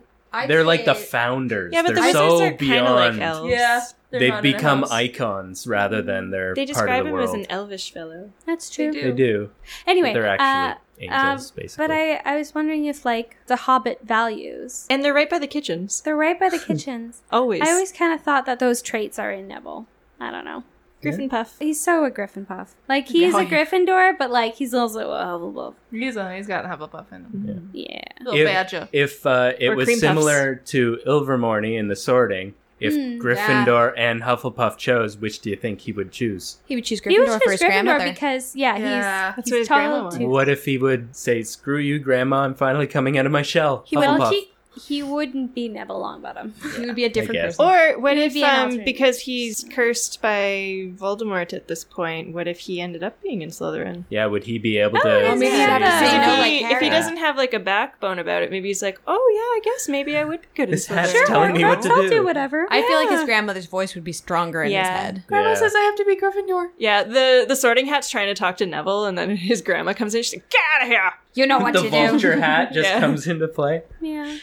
S6: they're like the founders.
S4: Yeah, but the
S6: they're so
S4: wizards are kind of
S6: beyond.
S4: like elves.
S2: Yeah. They're
S6: They've
S2: not in a
S6: become
S2: house.
S6: icons rather
S2: Mm.
S6: than they're
S4: They
S6: part
S4: describe
S6: of the
S4: him
S6: world.
S4: as an elvish fellow.
S5: That's
S2: They
S5: true.
S2: do.
S6: they do.
S5: Anyway,
S6: they're
S5: uh,
S6: actually angels, basically.
S5: but I, I was wondering if like the Hobbit values.
S4: And they're right by the kitchens.
S5: They're right by the kitchens.
S4: Always.
S5: I always kind of thought that those traits are in Neville. I don't know.
S4: Griffin Puff.
S5: He's so a Griffin puff. Like he's
S2: Oh,
S5: a
S2: yeah.
S5: Gryffindor, but like he's also a Hufflepuff.
S2: He's a, he's got Hufflepuff in him.
S5: Yeah.
S2: Little
S6: If-
S2: badger.
S6: if uh, it
S4: Or
S6: was
S4: cream puffs.
S6: similar to Ilvermorny in the sorting, if
S5: Mm,
S6: Gryffindor and Hufflepuff chose, which do you think he would choose?
S3: He would choose Gryffindor
S5: he was
S3: for
S5: just
S3: his
S5: Gryffindor
S3: grandmother.
S5: because yeah,
S2: Yeah.
S5: he's
S4: That's
S5: he's
S4: what his grandma
S5: tall
S4: was.
S5: too.
S6: What if he would say, "Screw you, Grandma! I'm finally coming out of my shell."
S5: He
S6: Hufflepuff.
S5: well, he he wouldn't be Neville Longbottom.
S3: he would be a different
S6: guess.
S3: person.
S4: Or what
S5: Maybe an
S4: if, um,
S5: alternate
S4: because
S5: universe.
S4: he's cursed by Voldemort at this point, what if he ended up being in Slytherin?
S6: yeah, would he be able
S5: Oh,
S6: to?
S5: yeah.
S6: say-
S5: Maybe he'd have to
S4: Because
S5: say
S4: if,
S5: no,
S4: he,
S3: like
S4: if he
S3: Harry.
S4: doesn't have like a backbone about it, maybe he's like, "Oh yeah, I guess maybe I would be good at
S6: His hat's
S4: Slytherin."
S6: Sure, telling me what to
S5: I'll do.
S6: do.
S5: whatever.
S3: I feel like his
S5: Yeah.
S3: grandmother's voice would be stronger in
S4: Yeah.
S3: his head.
S2: Grandma
S6: Yeah.
S2: says I have to be Gryffindor.
S4: Yeah, the the Sorting Hat's trying to talk to Neville, and then his grandma comes in. She's like, "Get out of here!"
S3: You know what
S6: the
S3: to do.
S6: vulture hat just
S4: Yeah.
S6: comes into play.
S5: Yeah.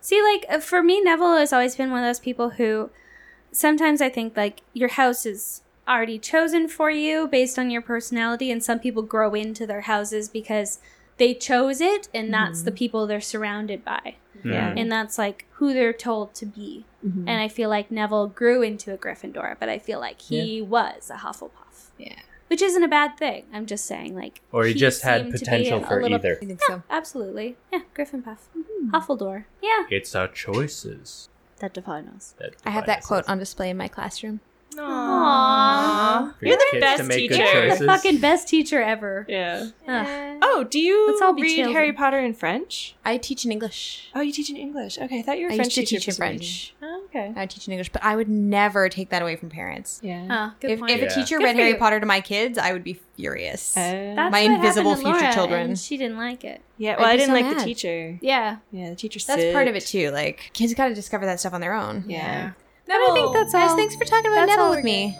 S5: See, like uh, for me, Neville has always been one of those people who sometimes I think like your house is already chosen for you based on your personality, and some people grow into their houses because they chose it, and that's
S3: Mm-hmm.
S5: the people they're surrounded by,
S6: Hmm.
S4: Yeah.
S5: and that's like who they're told to be.
S3: Mm-hmm.
S4: Mhm.
S5: And I feel like Neville grew into a Gryffindor, but I feel like he was a Hufflepuff.
S3: Yeah.
S5: Which isn't a bad thing. I'm just saying, like,
S6: Or he just had
S5: seemed to be
S6: potential
S5: a
S6: for
S5: little-
S6: either.
S3: You think so?
S5: Absolutely, yeah, Gryffindor,
S3: Mm-hmm.
S5: Hufflepuff, yeah.
S6: It's our choices.
S5: That defines us.
S6: That
S3: I have that quote on display in my classroom.
S5: Aww.
S6: For
S4: You're
S6: your
S4: the
S6: kids
S4: best
S6: to make
S4: teacher.
S6: Good
S5: You're
S6: choices.
S5: the fucking best teacher ever.
S4: Yeah.
S5: Ugh.
S4: Oh, do you
S5: Let's all be
S4: read
S5: children.
S4: Harry Potter in French?
S3: I teach in English.
S4: Oh, you teach in English. Okay, I thought you were
S3: I
S4: a French
S3: used to
S4: teacher
S3: teach in
S4: for some
S3: French.
S4: reason. Oh, okay.
S3: I teach in English, but I would never take that away from parents.
S4: Yeah.
S5: Oh, good
S3: if
S5: point.
S3: if
S6: Yeah.
S3: a teacher
S5: Good
S3: read
S5: for
S3: Harry
S5: you.
S3: Potter to my kids, I would be furious.
S4: Uh,
S5: That's
S3: my
S5: what happened
S3: invisible
S5: to
S3: future
S5: Laura,
S3: children.
S5: and she didn't like it.
S4: yeah.
S3: I'd
S4: Well, I
S3: be
S4: didn't
S3: so
S4: like the
S3: mad.
S4: teacher.
S5: Yeah.
S4: Yeah, the teacher.
S3: That's part of it too. Like kids got to discover that stuff on their own.
S4: Yeah.
S5: But I think that's all.
S3: Guys, thanks for talking about
S5: That's all
S3: Neville
S5: we're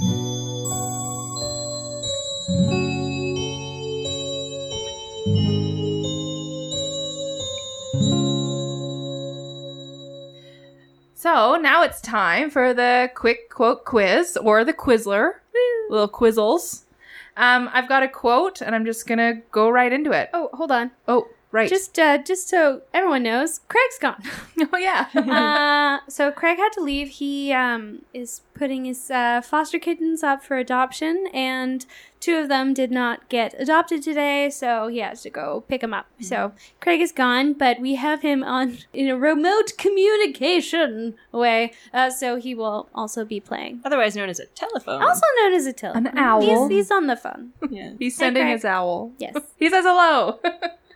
S3: with me.
S2: So now it's time for the quick quote quiz or the Quizler, little quizzles. Um, I've got a quote and I'm just gonna go right into it.
S5: Oh, hold on.
S2: Oh, right.
S5: Just uh, just so everyone knows, Craig's gone.
S2: oh yeah.
S5: uh, so Craig had to leave. He um, is putting his uh, foster kittens up for adoption, and two of them did not get adopted today, so he has to go pick them up.
S2: Mm-hmm.
S5: So Craig is gone, but we have him on in a remote communication way, uh, so he will also be playing.
S4: Otherwise known as a telephone.
S5: Also known as a till. Mm-hmm.
S2: An owl.
S5: He's, he's on the phone.
S4: yeah.
S2: He's sending
S5: Craig.
S2: his owl.
S5: Yes.
S2: He says hello.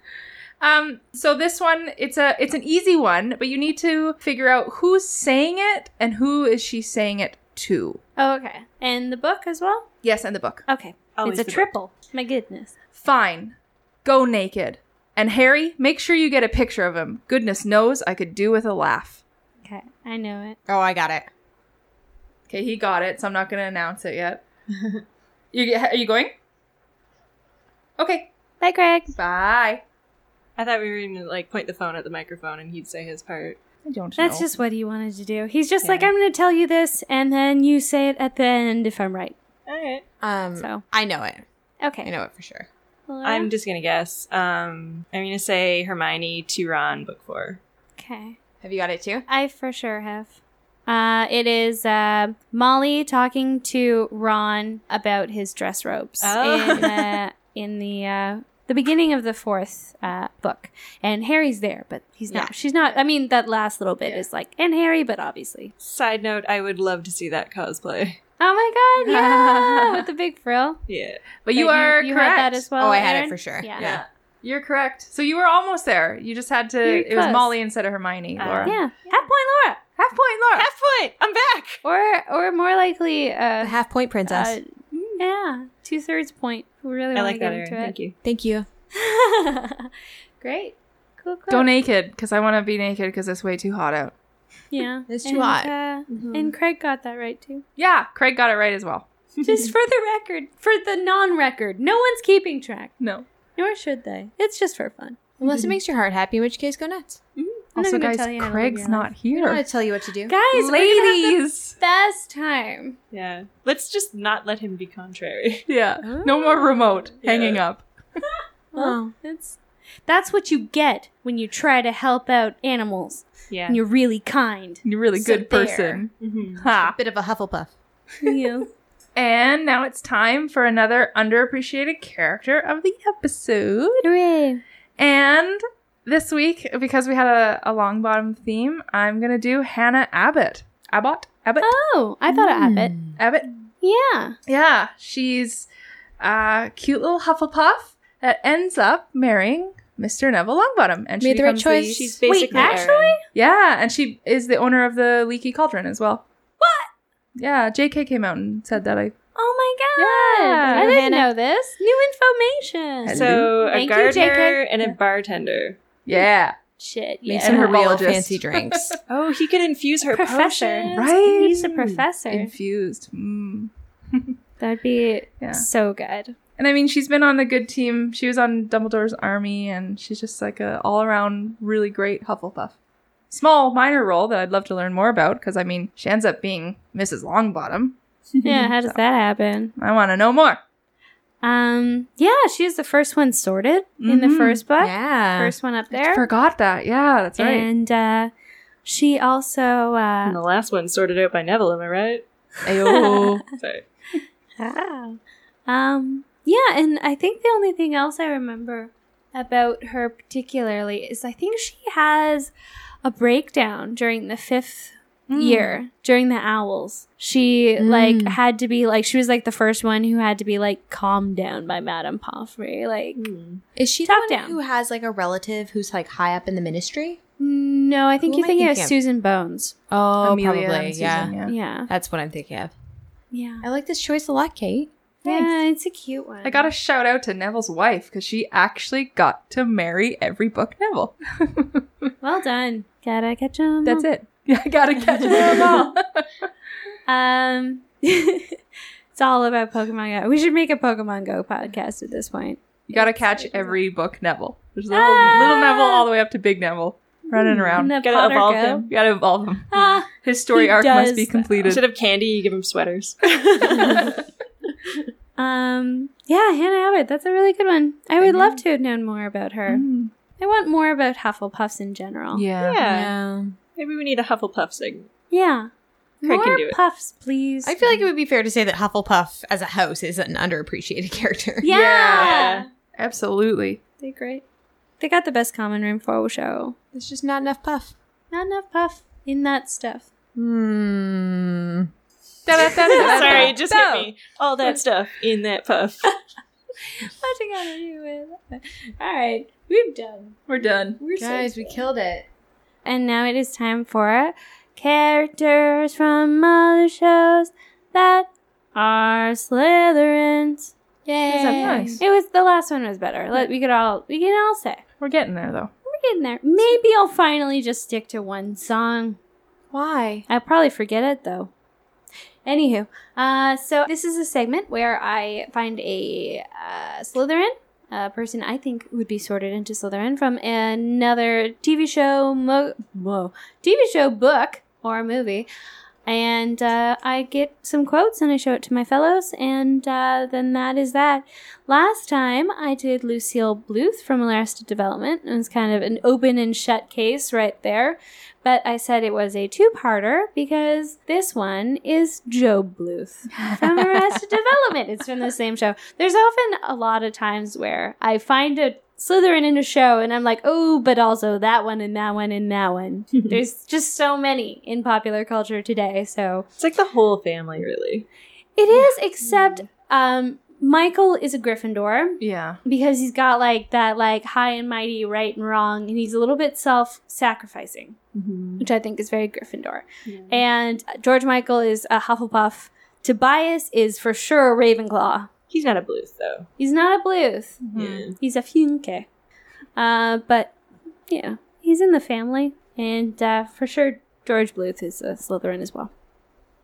S2: um, so this one, it's a it's an easy one, but you need to figure out who's saying it and who is she saying it to.
S5: Oh, okay. And the book as well?
S2: Yes, and the book.
S5: Okay.
S4: Always
S5: it's
S4: the
S5: a
S4: book.
S5: triple. My goodness.
S2: Fine. Go naked. And Harry, make sure you get a picture of him. Goodness knows I could do with a laugh.
S5: Okay. I know it.
S3: Oh, I got it.
S2: Okay, he got it, so I'm not going to announce it yet. you are you going? Okay,
S5: Bye, Craig.
S2: bye.
S4: I thought we were gonna like point the phone at the microphone and he'd say his part.
S2: I don't
S5: That's
S2: know.
S5: just what he wanted to do. He's just like,
S4: Yeah.
S5: I'm going to tell you this, and then you say it at the end if I'm right.
S4: All right.
S3: Um,
S5: So.
S3: I know it. I
S5: Okay.
S3: know it for sure.
S5: Laura?
S4: I'm just gonna guess. Um, I'm gonna say Hermione to Ron book four.
S5: okay.
S3: Have you got it too?
S5: I for sure have.
S8: Uh, it is uh, Molly talking to Ron about his dress robes
S4: Oh.
S8: in, uh, in the uh, the beginning of the fourth uh, book, and Harry's there, but he's not.
S3: Yeah.
S8: She's not. I mean, that last little bit is like and Harry, but obviously.
S4: Side note, I would love to see that cosplay.
S8: Oh my god! Yeah, with the big frill.
S4: Yeah.
S2: But you
S8: But
S2: are
S8: you,
S2: correct.
S8: had that as well.
S3: oh, I had
S8: Aaron?
S3: it for sure.
S8: Yeah.
S2: Yeah. You're correct. So you were almost there. You just had to.
S8: You're
S2: It was
S8: close.
S2: Molly instead of Hermione.
S4: Uh,
S2: Laura.
S8: Yeah. Half point, Laura.
S2: Half point, Laura.
S4: Half point! I'm back!
S8: Or or more likely,
S3: A
S8: uh,
S3: half point princess.
S8: uh, yeah, two thirds point. We
S4: I
S8: really want to
S4: like
S8: get
S4: that,
S8: into it.
S4: Thank you.
S3: Thank you.
S8: Great. Cool, cool.
S2: Go naked because I want to be naked because it's way too hot out.
S8: Yeah.
S3: It's
S8: And,
S3: too hot.
S8: Uh, And Craig got that right too.
S2: Yeah, Craig got it right as well.
S8: Just for the record, for the non record, no one's keeping track,
S2: No.
S8: nor should they. It's just for fun.
S3: Unless it makes your heart happy, in which case, go nuts.
S8: I'm not
S2: Also,
S8: gonna
S2: guys,
S8: tell you how to live
S2: Craig's
S8: your
S2: not
S3: I don't
S2: here.
S3: want to tell you what to do.
S8: Guys, ladies,
S2: Ladies.
S8: best time.
S4: Yeah. Let's just not let him be contrary.
S2: Yeah. No more remote hanging up.
S8: Well, it's that's what you get when you try to help out animals
S4: Yeah.
S8: and you're really kind.
S2: You're a really
S8: So
S2: good
S8: there.
S2: person.
S4: Mm-hmm.
S2: Ha.
S3: Bit of a Hufflepuff.
S8: You.
S2: And now it's time for another underappreciated character of the episode.
S8: Hooray.
S2: And this week, because we had a, a long bottom theme, I'm gonna do Hannah Abbott. Abbott? Abbott?
S8: Oh, I thought of Abbott.
S3: Hmm.
S2: Abbott?
S8: Yeah.
S2: Yeah. She's a cute little Hufflepuff that ends up marrying Mr. Neville Longbottom. And she
S3: Made the right
S2: becomes
S3: choice.
S4: She's
S8: Wait,
S4: basically Aaron.
S8: actually?
S2: Yeah, and she is the owner of the Leaky Cauldron as well. What? Yeah, JK came out and said that I
S8: Oh my god!
S2: Yeah.
S8: I didn't
S3: Hannah.
S8: know this. New information.
S4: So a
S8: Thank you,
S4: gardener
S8: JK.
S4: and a bartender.
S2: Yeah.
S8: Shit.
S3: Make
S8: Yeah.
S3: some
S2: And
S3: real
S2: herbologist.
S3: fancy drinks.
S4: Oh, he could infuse her
S8: professor,
S4: potion.
S2: Right?
S8: He's a professor.
S2: Infused. Mm.
S8: That'd be
S2: Yeah.
S8: so good.
S2: And I mean she's been on the good team. She was on Dumbledore's army and she's just like a all around really great Hufflepuff. Small minor role that I'd love to learn more about because I mean she ends up being Mrs. Longbottom.
S8: Yeah. How does that happen?
S2: I want to know more.
S8: Um. Yeah. She's the first one sorted in the
S4: Mm-hmm.
S2: Mhm.
S8: first book.
S3: Mm-hmm. yeah.
S8: First one up there.
S2: Forgot that. Yeah, that's right.
S8: and uh, she also. Uh,
S4: And the last one sorted out by Neville, am I right?
S3: Ayo.
S4: Sorry.
S8: Wow. Um, yeah, and I think the only thing else I remember about her particularly is I think she has a breakdown during the fifth
S4: Hmm.
S8: year during the owls. She like
S3: Mm.
S8: had to be like she was like the first one who had to be like calmed down by Madame Pomfrey. Like
S3: Is she
S8: Top
S3: the one
S8: down.
S3: who has like a relative who's like high up in the ministry?
S8: no, I think
S3: Who
S8: you're
S3: am I
S8: thinking of
S3: thinking of?
S8: Susan Bones.
S3: Oh,
S2: Amelia
S3: probably.
S2: and
S3: yeah.
S2: Susan,
S8: Yeah.
S3: That's what I'm thinking of.
S8: Yeah.
S3: I like this choice a lot, Kate.
S8: Yeah, it's a cute one.
S2: I got to shout out to Neville's wife because she actually got to marry every book Neville.
S8: well done. Gotta catch 'em.
S2: That's
S8: all.
S2: it. Yeah, I gotta catch them all.
S8: Um, it's all about Pokemon Go. We should make a Pokemon Go podcast at this point.
S2: You gotta
S8: It's-
S2: catch
S8: it's-
S2: every book Neville. There's little,
S8: Ah! Hmm.
S2: little Neville all the way up to big Neville running
S8: And
S2: around.
S8: the
S4: Gotta
S8: Potter
S4: evolve
S8: Go.
S4: him.
S2: You gotta evolve him.
S8: Ah,
S2: His story
S8: He
S2: arc
S8: does
S2: must be
S8: that.
S2: completed.
S4: Instead of candy, you give him sweaters.
S8: um, yeah, Hannah Abbott. That's a really good one. I would love to have known more about her.
S2: Mm.
S8: I want more about Hufflepuffs in general.
S2: Yeah.
S3: Yeah.
S4: Maybe we need a Hufflepuff segment.
S8: Yeah.
S4: Craig
S8: more
S4: can do it.
S8: puffs, please.
S3: I feel like it would be fair to say that Hufflepuff as a house is an underappreciated character.
S8: yeah.
S4: Yeah.
S2: Absolutely.
S8: They're great. They got the best common room for show.
S3: There's just not enough puff.
S8: Not enough puff in that stuff.
S3: Hmm.
S2: Da-da-da-da-da-da.
S4: Sorry, it just
S2: So,
S4: hit me. All that stuff in that puff.
S8: What you gotta do with? All right, we've done.
S2: We're done.
S8: We're
S3: Guys, we killed it.
S8: And now it is time for characters from other shows that are Slytherins.
S2: Yay. nice?
S8: It was the last one was better. Let we could all we can all say
S2: We're getting there though.
S8: we're getting there. Maybe I'll finally just stick to one song.
S3: Why?
S8: I'll probably forget it though. Anywho, uh, so this is a segment where I find a uh, Slytherin, a person I think would be sorted into Slytherin from another TV show, mo- whoa, TV show, book, or movie, And uh, I get some quotes and I show it to my fellows, and uh, then that is that. Last time I did Lucille Bluth from Elastic Development. It was kind of an open and shut case right there, but I said it was a two-parter because this one is Joe Bluth from Arrested Development. It's from the same show. There's often a lot of times where I find a Slytherin in a show and I'm like, oh, but also that one and that one and that one. There's just so many in popular culture today. So
S4: It's like the whole family, really.
S8: it is, except um, Michael is a Gryffindor
S2: Yeah.
S8: because he's got like that like high and mighty right and wrong and he's a little bit self-sacrificing which i think is very gryffindor and george michael is a hufflepuff tobias is for sure a ravenclaw
S4: He's not a Bluth, though.
S8: he's not a bluth
S4: Yeah.
S8: he's a funke uh, but yeah he's in the family and uh, for sure george bluth is a slytherin as well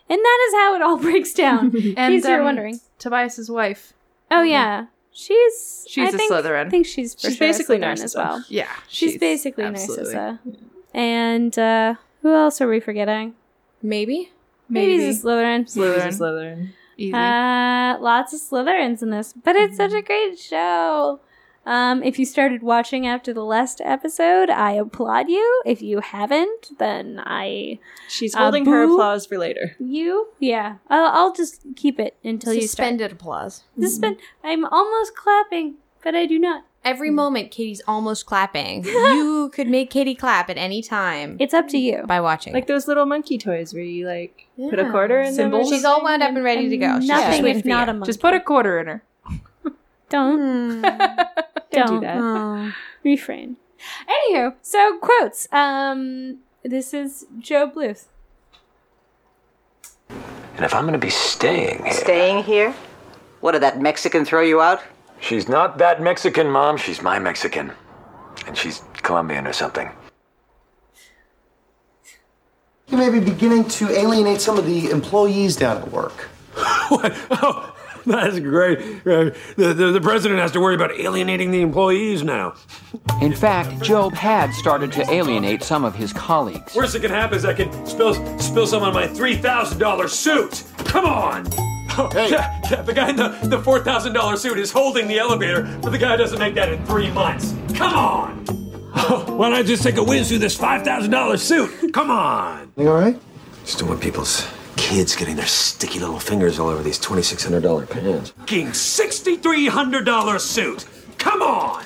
S8: and that is how it all breaks down
S2: And
S8: case you were
S2: um,
S8: wondering.
S2: Tobias's wife.
S8: oh yeah mm-hmm. she's
S2: She's
S8: I
S2: a
S8: think,
S2: Slytherin.
S8: i think she's for
S4: She's
S8: sure a
S4: basically
S8: Slytherin as
S4: Narcissa.
S8: well
S2: Yeah.
S8: She's, basically
S2: absolutely-
S8: Narcissa. And uh, who else are we forgetting?
S3: Maybe.
S8: Maybe,
S2: Maybe.
S8: it's a Slytherin.
S2: Slytherin.
S4: He's a Slytherin.
S2: Easy.
S8: Uh, lots of Slytherins in this, but it's such a great show. Um, if you started watching after the last episode, I applaud you. If you haven't, then I
S4: She's
S8: Uh,
S4: holding her
S8: Boo.
S4: applause for later.
S8: you yeah. I'll, I'll just keep it until you spend.
S3: Suspended applause.
S8: Suspend. I'm almost clapping, but I do not.
S3: Every moment, Katie's almost clapping. you could make Katie clap at any time
S8: It's up to you.
S3: by watching.
S4: Like those little monkey toys where you like put a
S3: Yeah.
S4: quarter in them. or
S2: Symbols.
S3: She's all wound up and ready to go.
S8: And
S3: She's just
S8: Nothing
S3: waiting
S8: if
S3: for
S8: not
S3: you.
S8: a monkey.
S2: Just put a quarter in her.
S8: don't
S4: something. Don't do
S8: don't.
S4: that.
S3: Oh.
S8: refrain. Anywho, so quotes. Um, this is Joe Bluth.
S6: And if I'm going to be staying here.
S9: Staying here? What did that Mexican throw you out?
S6: she's not that Mexican, Mom. She's my Mexican. And she's Colombian or something.
S10: You may be beginning to alienate some of the employees down at work.
S1: Oh, that's great. Uh, the, the, the president has to worry about alienating the employees now.
S11: In fact, Job had started to alienate some of his colleagues.
S1: Worst that can happen is I can spill spill some on my three thousand dollar suit. Come on. Oh, yeah, yeah, the guy in the, the four thousand dollar suit is holding the elevator, but the guy doesn't make that in three months. Come on. Oh, why don't I just take a whiz through this five thousand dollar suit? Come on.
S10: You all right?
S1: Just don't want people's
S11: Kids getting their sticky little fingers all over these $2,600 pants.
S1: fucking sixty three hundred dollar suit. Come on.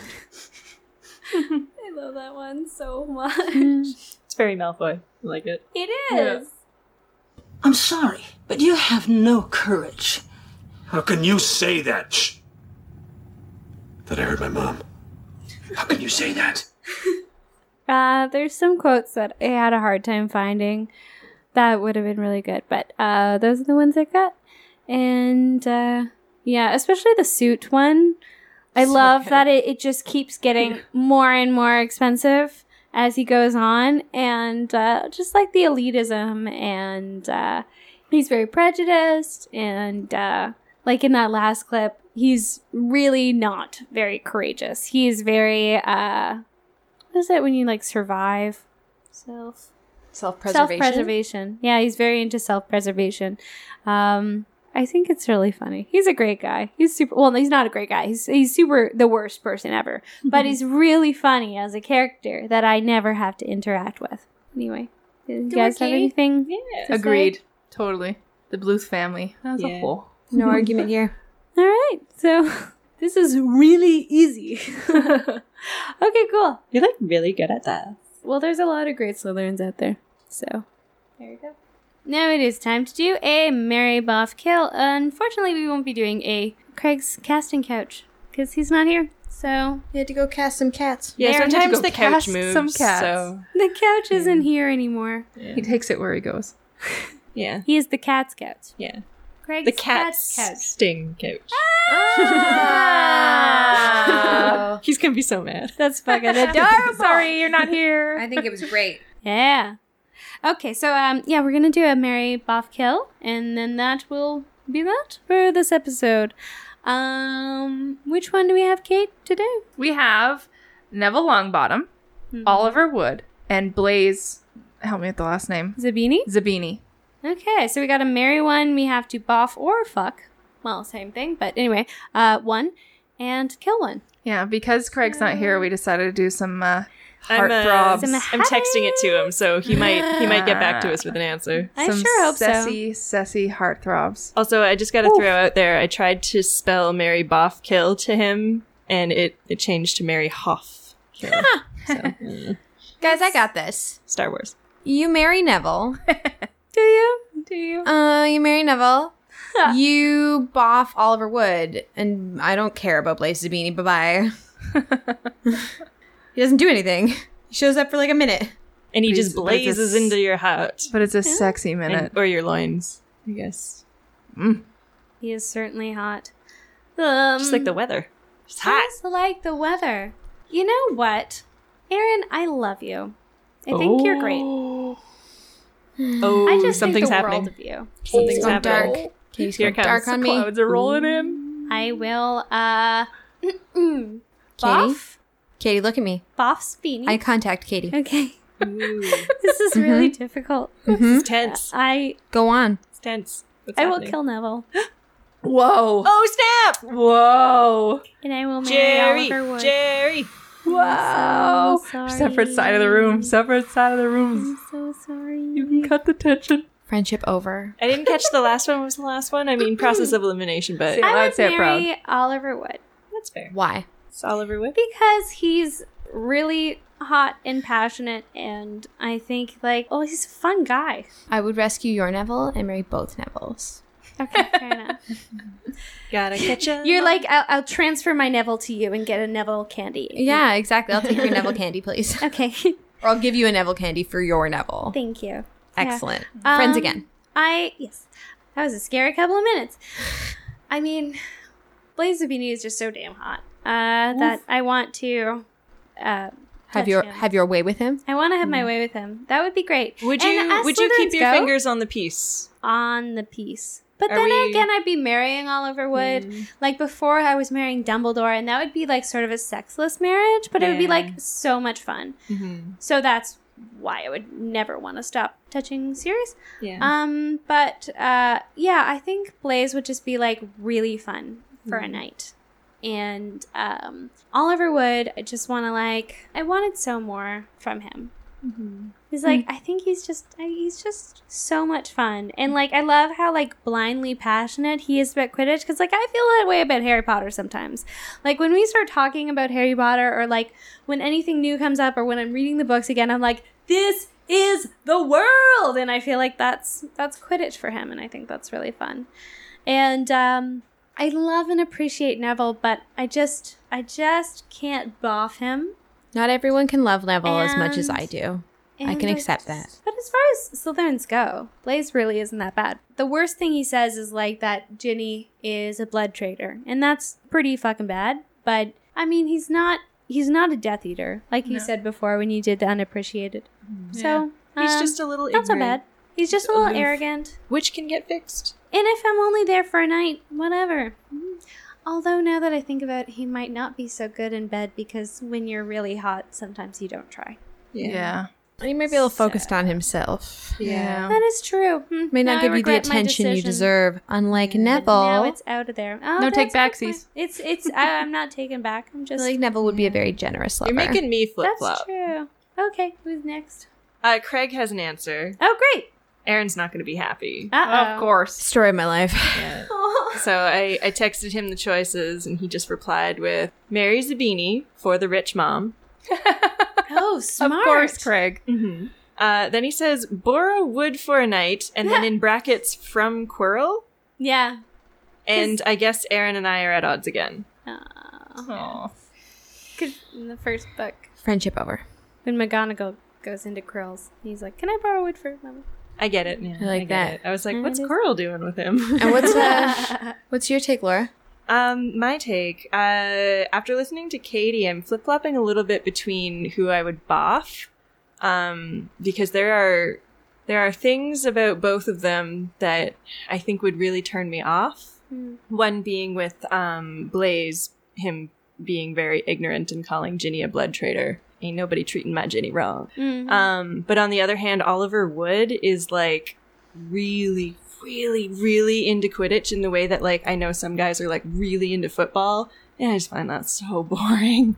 S8: I love that one so much.
S4: It's very Malfoy. I like it.
S8: it
S4: Yeah.
S8: is.
S12: I'm sorry, but you have no courage.
S1: How can you say that? Shh. That I heard my mom. How can you say that?
S8: Uh, there's some quotes that I had a hard time finding. That would have been really good, but uh, those are the ones I got. And uh, yeah, especially the suit one. I love that it, it just keeps getting more and more expensive as he goes on, and uh, just like the elitism, and uh, he's very prejudiced, and uh, like in that last clip, he's really not very courageous. He is very uh, what is it when you like survive self
S3: Self-preservation.
S8: self-preservation yeah he's very into self-preservation um i think it's really funny he's a great guy he's super well he's not a great guy he's, he's super the worst person ever but he's really funny as a character that i never have to interact with anyway you
S3: Good
S8: guys
S3: work,
S8: have
S3: Katie.
S8: anything
S4: Yeah.
S8: to say?
S2: Agreed. Totally. The Bluth family as
S4: Yeah.
S2: a whole.
S3: No argument here.
S8: all right so this is really easy okay cool
S4: You're like really good at that.
S8: Well, there's a lot of great Slytherins out there. So, there you go. Now it is time to do a Mary Boff kill. Unfortunately, we won't be doing a Craig's casting couch because he's not here. So,
S3: You had to go cast some cats.
S4: Yeah,
S2: There, I need to
S4: sometimes
S2: go
S4: the couch
S2: cast
S4: moves.
S2: some cats.
S4: So
S8: the couch isn't here anymore.
S2: He takes it where he goes.
S4: yeah,
S8: He is the cat's couch.
S4: yeah.
S8: Craig's
S4: The cat's
S8: cat's couch.
S4: sting couch.
S3: Oh.
S4: He's gonna be so mad.
S8: That's fucking adorable. Sorry, you're not here.
S3: I think it was great.
S8: Yeah. Okay, so um, yeah, we're gonna do a Mary Boff kill, and then that will be that for this episode. Um, which one do we have, Kate, to do?
S2: We have Neville Longbottom,
S4: Mm-hmm.
S2: Oliver Wood, and Blaze help me with the last name.
S8: Zabini.
S2: Zabini.
S5: Okay, so we got to marry one. We have to boff or fuck. Well, same thing, but anyway, uh, one and kill one.
S2: Yeah, because Craig's not here, we decided to do some uh,
S4: I'm,
S2: heart
S4: uh,
S2: throbs.
S4: I'm texting it to him, so he might he might get back to us with an answer.
S2: Some sassy, so. Sassy heart throbs.
S4: Also, I just got to throw out there. I tried to spell Mary Boff kill to him, and it it changed to Mary Hoff kill. So, mm.
S3: Guys, I got this.
S4: Star Wars.
S3: You marry Neville.
S5: Do you? Do you?
S3: Uh, you marry Neville. you boff Oliver Wood, and I don't care about Blaze Zabini. Bye bye. he doesn't do anything. He shows up for like a minute,
S4: And he just blazes into your heart.
S2: But it's a sexy minute.
S4: or your loins, I guess.
S5: He is certainly hot. Um,
S4: Just like the weather.
S5: It's hot. Just like the weather. You know what, Aaron? I love you. I think you're great.
S4: Oh,
S5: I just think
S4: something's
S5: the
S4: happening.
S5: world of you.
S4: Something's
S5: It's gone
S4: happening.
S5: dark.
S4: Here
S5: It's gone
S4: comes
S5: dark
S4: the
S5: on me.
S4: clouds are rolling
S5: in. I will. Uh,
S3: Katie.
S5: boff,
S3: Katie, look at me.
S5: boff, speeny.
S3: Eye contact, Katie.
S5: Okay. this is really difficult.
S3: Mhm. It's
S4: tense.
S5: I
S3: go on.
S4: It's tense. What's
S5: I will
S4: happening?
S5: kill Neville.
S2: Whoa.
S4: Oh snap!
S2: Whoa.
S5: And I will marry
S4: Jerry,
S5: Oliver Wood.
S4: Jerry.
S2: Wow. Separate side of the room. Separate side of the room.
S5: I'm so sorry.
S2: You can cut the tension.
S3: Friendship over.
S4: I didn't catch the last one. What was the last one? I mean, process of elimination, but
S5: I would marry Oliver Wood.
S4: That's fair.
S3: Why?
S4: It's Oliver Wood.
S5: Because he's really hot and passionate, and I think like, oh, he's a fun guy.
S3: I would rescue your Neville and marry both Nevilles.
S5: Okay, fair enough.
S4: Gotta catch up.
S5: You're like, I'll, I'll transfer my Neville to you and get a Neville candy.
S3: Yeah, exactly. I'll take your Neville candy, please.
S5: Okay.
S3: Or I'll give you a Neville candy for your Neville.
S5: Thank you.
S3: Excellent.
S5: Yeah.
S3: Friends
S5: Um,
S3: again.
S5: I yes, that was a scary couple of minutes. I mean, Blaze Zabini is just so damn hot uh, that I want to uh,
S3: Have
S5: touch
S3: your
S5: him.
S3: have your way with him.
S5: I want to have
S4: Hmm.
S5: my way with him. That would be great.
S4: Would
S5: And
S4: you
S5: as
S4: would you keep
S5: Slytherins go,
S4: your fingers on the piece?
S5: on the piece? But
S4: Are
S5: then
S4: we- Hmm.
S5: again, I'd be marrying Oliver Wood. Like before, I was marrying Dumbledore, and that would be like sort of a sexless marriage, but it would be
S4: Yeah.
S5: like so much fun.
S4: Mm-hmm.
S5: So that's why I would never want to stop touching Sirius.
S4: Yeah.
S5: Um, but uh, yeah, I think Blaze would just be like really fun for a
S4: Mhm.
S5: night. And um, Oliver Wood, I just want to like, I wanted so more from him. He's like, I think he's just, I- he's just so much fun, and like, I love how like blindly passionate he is about Quidditch, because like I feel that way about Harry Potter sometimes. Like when we start talking about Harry Potter, or like when anything new comes up, or when I'm reading the books again, I'm like, this is the world, and I feel like that's that's Quidditch for him, and I think that's really fun. And um, I love and appreciate Neville, but I just, I just can't boff him.
S3: Not everyone can love Neville as much as I
S5: And-
S3: do. I can
S5: and
S3: accept that.
S5: just- But as far as Slytherins go, Blaze really isn't that bad. The worst thing he says is like that Ginny is a blood traitor, and that's pretty fucking bad. But I mean, he's not he's not a Death Eater, like you
S4: No. Mm-hmm.
S5: said before when you did the unappreciated. So
S4: he's
S5: um,
S4: just a little
S5: not so bad.
S4: ignorant.
S5: He's just a little arrogant,
S4: which can get fixed.
S5: And if I'm only there for a night, whatever. Mm-hmm. Although now that I think about, it, he might not be so good in bed because when you're really hot, sometimes you don't try.
S2: Yeah.
S3: He might be a little focused on himself.
S2: Yeah.
S5: That is true. Hmm.
S3: May
S5: Now
S3: not
S5: I
S3: give you the
S5: regret my
S3: attention you
S5: decision.
S3: deserve, unlike
S5: But Now
S3: Neville.
S5: it's out of there. Oh,
S2: No take
S5: that's a good
S2: backsies.
S5: point. It's it's. I, I'm not taking back. I'm just.
S3: like Neville would be a very generous lover.
S4: You're making me flip
S5: that's
S4: flop.
S5: true. Okay, who's next?
S4: Uh, Craig has an answer.
S5: Oh, great.
S4: Aaron's not going to be happy.
S5: Uh-oh. Of
S2: course.
S3: Story of my life.
S4: So I, I texted him the choices, and he just replied with Mary Zabini for the rich mom.
S5: oh, smart.
S4: Of course,
S2: Craig.
S4: Mm-hmm. Uh, then he says Bora Wood for a night, and then in brackets from Quirrell.
S5: Yeah.
S4: And I guess Aaron and I are at odds again.
S5: Oh. in the first book,
S3: Friendship over.
S5: when McGonagall goes into Krill's, he's like, "Can I borrow wood for a moment?"
S4: I get it. Yeah,
S3: I
S4: get
S3: like that.
S4: it. I was like,
S5: Yeah,
S4: what's
S5: Mm, it is.
S4: Quirrell doing with him?
S3: And what's uh, what's your take, Laura?
S4: Um, my take. Uh, after listening to Katie, I'm flip flopping a little bit between who I would boff, um, because there are there are things about both of them that I think would really turn me off. One being with um, Blaze, him being very ignorant and calling Ginny a blood traitor. Ain't
S3: Mm-hmm.
S8: Mm-hmm.
S4: nobody treating my Ginny wrong.
S5: Mhm.
S4: Um, but on the other hand, Oliver Wood is like really, really, really into Quidditch in the way that like I know some guys are like really into football, and I just find that so boring.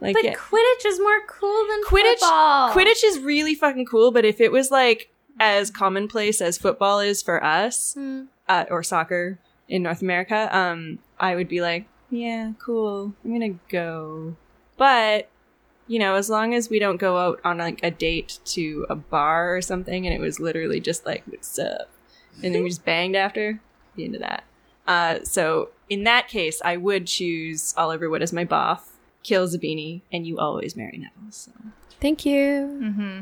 S4: Like
S5: but
S4: it-
S5: Quidditch is more cool than
S4: Quidditch
S5: football.
S4: Quidditch is really fucking cool, but if it was like as commonplace as football is for us
S5: Mm-hmm.
S4: uh, or soccer in North America, um, I would be like, yeah, cool. I'm gonna go. But you know, as long as we don't go out on like a date to a bar or something, and it was literally just like, what's up, and then we just banged after the end of that. Uh, so in that case, I would choose Oliver Wood as my boff. Kill Zabini, and you always marry Neville. So.
S5: Thank you.
S2: Mm-hmm.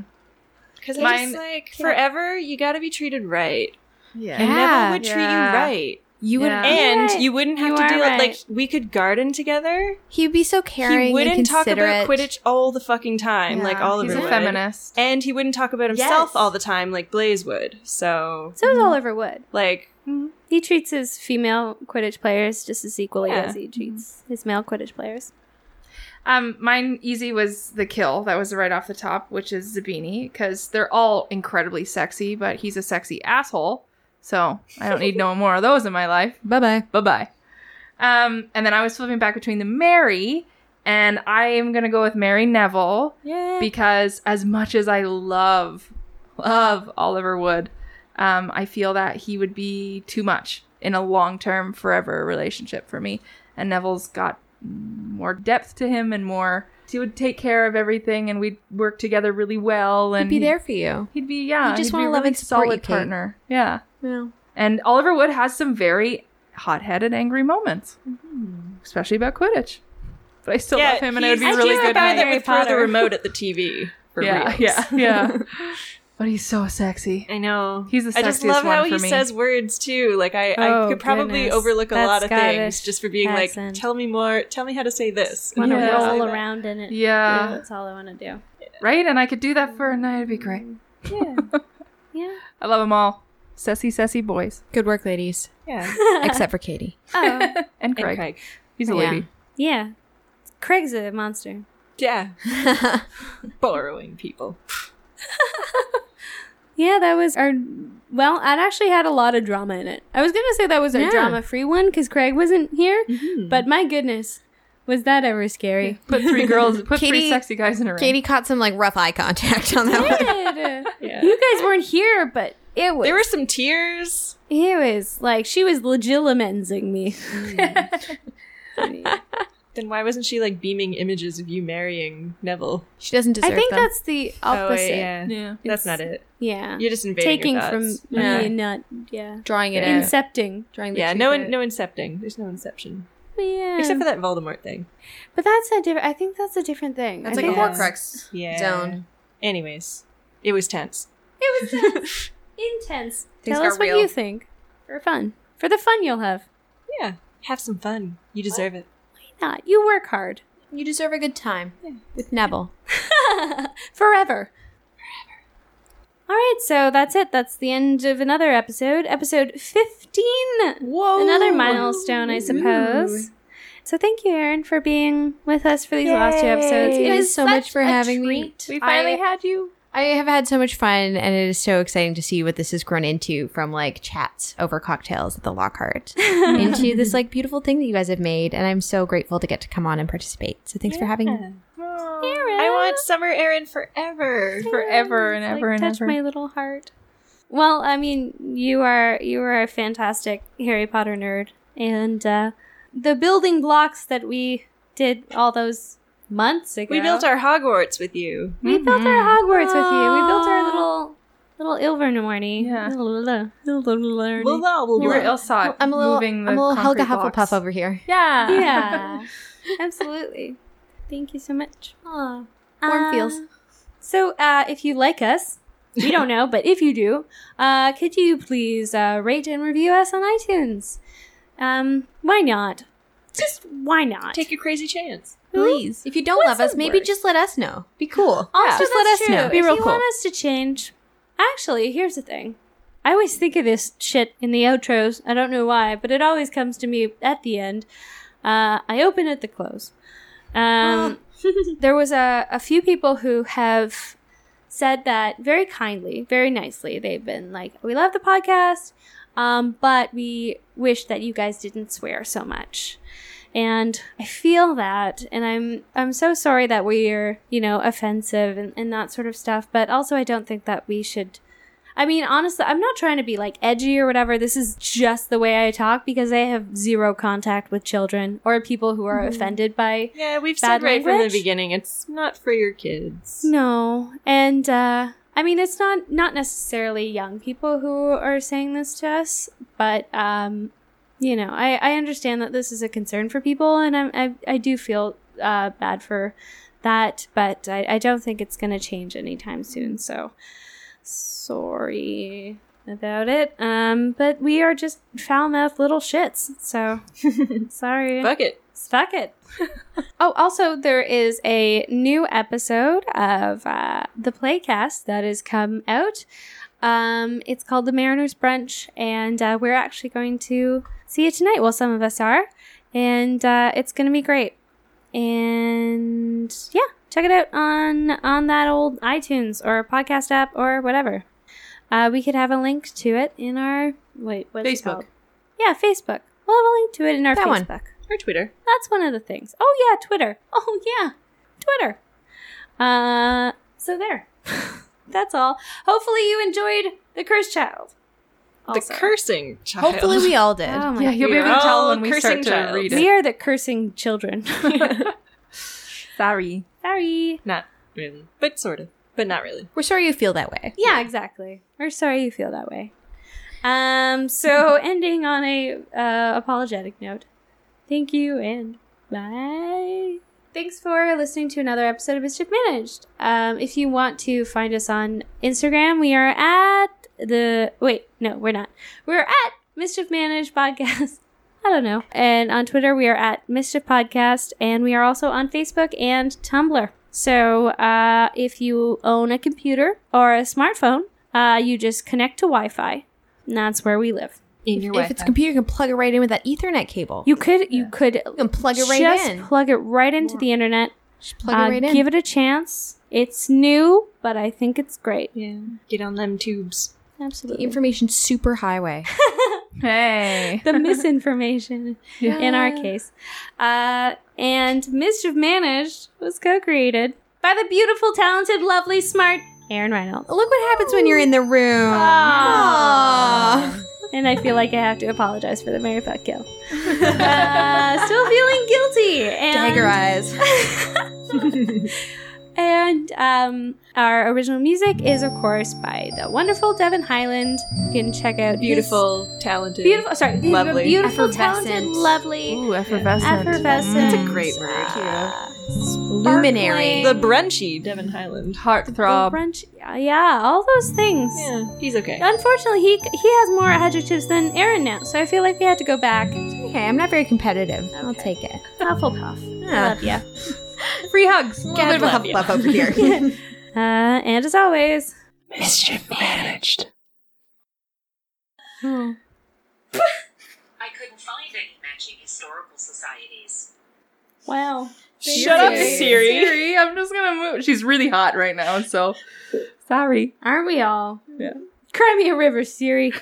S4: Because
S2: Mine-
S4: I just like
S2: Can I-
S4: forever, you got to be treated right.
S2: Yeah.
S4: and Neville would treat
S2: Yeah.
S4: you right. You
S2: would-
S4: and
S2: You're right.
S4: you wouldn't have
S2: You
S4: to
S2: are
S4: deal
S2: right.
S4: like we could garden together.
S3: He'd be so caring.
S4: he wouldn't
S3: and
S4: talk about
S3: considerate.
S4: Quidditch all the fucking time, like
S2: Yeah,
S4: Oliver
S2: he's a
S4: would.
S2: feminist.
S4: and he wouldn't talk about himself all the time, like Blaze would. So,
S5: So is
S3: Mm-hmm.
S5: Oliver Wood.
S4: like,
S5: He treats his female Quidditch players just as equally
S2: Yeah.
S5: as he treats his male Quidditch players.
S2: Um, mine easy was the kill. That was right off the top, which is Zabini, because they're all incredibly sexy, but he's a sexy asshole. So I don't need no more of those in my life. Bye bye. Bye bye. Um, and then I was flipping back between the Mary, and I am gonna go with Mary Neville.
S4: Yay.
S2: Because as much as I love, love Oliver Wood, um, I feel that he would be too much in a long term, forever relationship for me. And Neville's got more depth to him and more he would take care of everything and we'd work together really well and
S3: be there for you.
S2: he'd be yeah
S3: You just
S2: he'd be
S3: wanna
S2: a
S3: love
S2: really
S3: and support you,
S2: solid
S3: Kate.
S2: partner yeah
S3: Yeah.
S2: and oliver wood has some very hot-headed angry moments
S3: Mm-hmm.
S2: especially about quidditch but i still love him and it would be
S4: he's
S2: really
S4: just
S2: good
S4: the guy
S2: night.
S4: that would throw the remote at the TV. For
S2: yeah
S4: reals.
S2: yeah yeah but he's so sexy
S4: I know.
S2: he's the sexiest
S4: I just love
S2: one
S4: how
S2: for
S4: he
S2: me.
S4: says words too. Like I,
S2: Oh,
S4: I could probably
S2: goodness.
S4: overlook a
S2: That
S4: lot of
S2: Scottish
S4: things just for being like,
S5: accent.
S4: tell me more, tell me how to say this.
S5: I want to
S2: Yeah.
S5: roll around in it.
S2: Yeah.
S5: That's all I want to do.
S2: right and i could do that for a night it'd be great
S5: Yeah. yeah.
S2: i love them all sassy sassy boys
S3: good work ladies
S4: Yeah.
S3: Except for Katie.
S5: Oh.
S2: and craig, he's a
S3: Yeah.
S2: lady
S5: yeah. Craig's a monster.
S4: Yeah. Borrowing people.
S5: Yeah, that was our. Well, it actually had a lot of drama in it. I was going to say that was our
S3: Yeah.
S5: drama free one because Craig wasn't here,
S4: Mm-hmm.
S5: but my goodness, was that ever scary.
S2: Put three girls, put three sexy guys in a room.
S3: Katie caught some like rough eye contact on that one.
S5: yeah. uh, You guys weren't here, but it was.
S4: There were some tears.
S5: It was like she was legitimizing me.
S4: Then why wasn't she like beaming images of you marrying Neville?
S3: She doesn't
S5: I think that's the
S4: Oh,
S5: opposite.
S4: wait, yeah.
S5: It's-
S4: That's not it.
S5: Yeah.
S4: You're just invading your
S5: Taking
S4: thoughts.
S5: from
S4: Yeah.
S5: me, not yeah.
S3: Drawing it in.
S5: Incepting.
S3: Drawing
S4: Yeah, no in, no incepting. There's no inception.
S5: Yeah.
S4: Except for that Voldemort thing.
S5: But that's a different. I think that's a different thing. I think
S4: yeah.
S5: zone.
S4: Anyways, it was tense.
S5: It was intense. intense.
S4: Things
S5: Tell
S4: got
S5: us what
S4: real.
S5: you think for fun. For the fun you'll have.
S4: Yeah. Have some fun. You deserve it.
S5: Not you work hard
S3: You deserve a good time with Neville.
S5: forever. All right, so that's it. That's the end of another episode. Episode 15.
S3: Whoa.
S5: Another milestone, I suppose. So thank you, Erin, for being with us for these last two episodes.
S3: Yay.
S5: It
S3: Thank you
S5: was
S3: so much
S5: such
S3: for
S5: a
S3: having me.
S5: treat.
S3: We finally I-
S2: had you.
S3: I have had so much fun, and it is so exciting to see what this has grown into from like chats over cocktails at the Lockhart into this like beautiful thing that you guys have made. And I'm so grateful to get to come on and participate. So thanks for having me.
S4: I want summer Erin forever.
S2: Forever and
S5: Like,
S2: ever and
S5: touch
S2: ever.
S5: my little heart. Well, I mean, you are you are a fantastic Harry Potter nerd, and uh, the building blocks that we did all those months ago.
S4: We built our Hogwarts with you.
S5: we built our Hogwarts with you. We built our little little Ilvermorny. Yeah.
S2: You were ill-sought,
S3: Oh, I'm a little,
S2: moving the
S3: I'm a little Helga
S2: concrete
S3: Hufflepuff
S2: blocks.
S3: over here.
S2: Yeah.
S5: Yeah. Absolutely. Thank you so much. Warm
S3: Warm feels.
S5: So, uh, if you like us, we don't know, but if you do, uh, could you please uh, rate and review us on iTunes? Um, why not? Just why not?
S4: Take a crazy chance.
S3: Please. If you don't
S5: What's
S3: love us,
S5: the
S3: maybe
S5: worst?
S3: just let us know. Be cool.
S5: Also,
S3: just let
S5: that's
S3: us
S5: true.
S3: know.
S5: if you want us to change, actually, here's the thing. I always think of this shit in the outros. I don't know why, but it always comes to me at the end. Uh, I open at the close. Um, there was a, a few people who have said that very kindly, very nicely. They've been like, we love the podcast, um, but we wish that you guys didn't swear so much. And I feel that, and I'm I'm so sorry that we're you know offensive and, and that sort of stuff. But also, I don't think that we should I mean, honestly, I'm not trying to be like edgy or whatever. This is just the way I talk because I have zero contact with children or people who are
S4: Mhm.
S5: offended by.
S4: Yeah, we've
S5: bad
S4: said right from
S5: language.
S4: the beginning it's not for your kids.
S5: No, and uh, I mean, it's not not necessarily young people who are saying this to us, but um, you know, I I understand that this is a concern for people, and I'm, I I do feel uh, bad for that, but I, I don't think it's going to change anytime soon. So sorry about it. Um, but we are just foul mouthed little shits. So sorry.
S4: Fuck it.
S5: Fuck it. oh, also, there is a new episode of uh, the Playcast that has come out. Um, it's called The Mariners Brunch, and uh, we're actually going to see it tonight. Well, some of us are, and uh, it's going to be great. And yeah, check it out on on that old iTunes or podcast app or whatever. Uh, we could have a link to it in our wait what's It
S4: Facebook.
S5: called? Yeah, Facebook. We'll have a link to it in our
S4: That one.
S5: Facebook.
S4: Or Twitter.
S5: That's one of the things. Oh yeah, Twitter. Oh yeah, Twitter. Uh, so there. That's all. Hopefully you enjoyed the curse child.
S4: The cursing child.
S5: Hopefully we all did.
S4: Oh my
S2: yeah, you'll be
S4: God.
S2: able to tell when
S4: All
S2: we start
S4: cursing
S2: to
S4: child.
S2: read it.
S5: We are the cursing children.
S2: Sorry.
S5: Sorry.
S4: Not really. But sort of. But not really.
S3: We're sorry you feel that way.
S5: Yeah, exactly. We're sorry you feel that way. Um, so ending on a uh, apologetic note. Thank you and bye. Thanks for listening to another episode of Mischief Managed. Um, if you want to find us on Instagram, we are at the wait, no, we're not. We're at Mischief Managed Podcast. I don't know. And on Twitter, we are at Mischief Podcast, and we are also on Facebook and Tumblr. So uh, if you own a computer or a smartphone, uh, you just connect to Wi Fi. And that's where we live.
S4: In
S3: If it's a computer, you can plug it right in with that Ethernet cable.
S5: You could you could
S3: plug it right
S5: just
S3: in.
S5: plug it right into the internet. Uh,
S3: plug Uh, it right in.
S5: Give it a chance. It's new, but I think it's great.
S4: Yeah. Get on them tubes.
S5: Absolutely.
S3: information super highway.
S2: hey.
S5: the misinformation in our case. Uh, and Mischief Managed was co created by the beautiful, talented, lovely, smart Aaron Reynolds.
S3: Look what happens when you're in the room. Aww.
S5: And I feel like I have to apologize for the Mary Fuck Kill. Uh, still feeling guilty. And
S3: Dagger eyes.
S5: And um, our original music is, of course, by the wonderful Devin Highland. You can check out his-
S4: Beautiful, talented.
S5: beautiful, sorry,
S4: lovely.
S5: beautiful, talented, lovely,
S2: Ooh, effervescent.
S5: effervescent. uh,
S4: That's a great word.
S5: Luminary.
S4: The brunchy Devin Highland.
S5: Throb.
S4: Heartthrob.
S5: Brunch. Yeah, all those things.
S4: Yeah, he's okay.
S5: Unfortunately, he he has more adjectives than Aaron now, so I feel like we had to go back.
S3: Okay, I'm not very competitive. I'll take it. Ah.
S5: Hufflepuff.
S3: Yeah.
S5: Love ya.
S3: Free hugs. A little bit of a Hufflepuff over here.
S5: uh, and as always,
S3: Mischief managed.
S5: Oh.
S13: I couldn't find any matching historical societies.
S5: wow.
S13: Shut up, Siri.
S2: Siri, I'm just gonna move. She's really hot right now, so sorry.
S5: Aren't we all?
S2: Yeah.
S5: Cry me a river, Siri.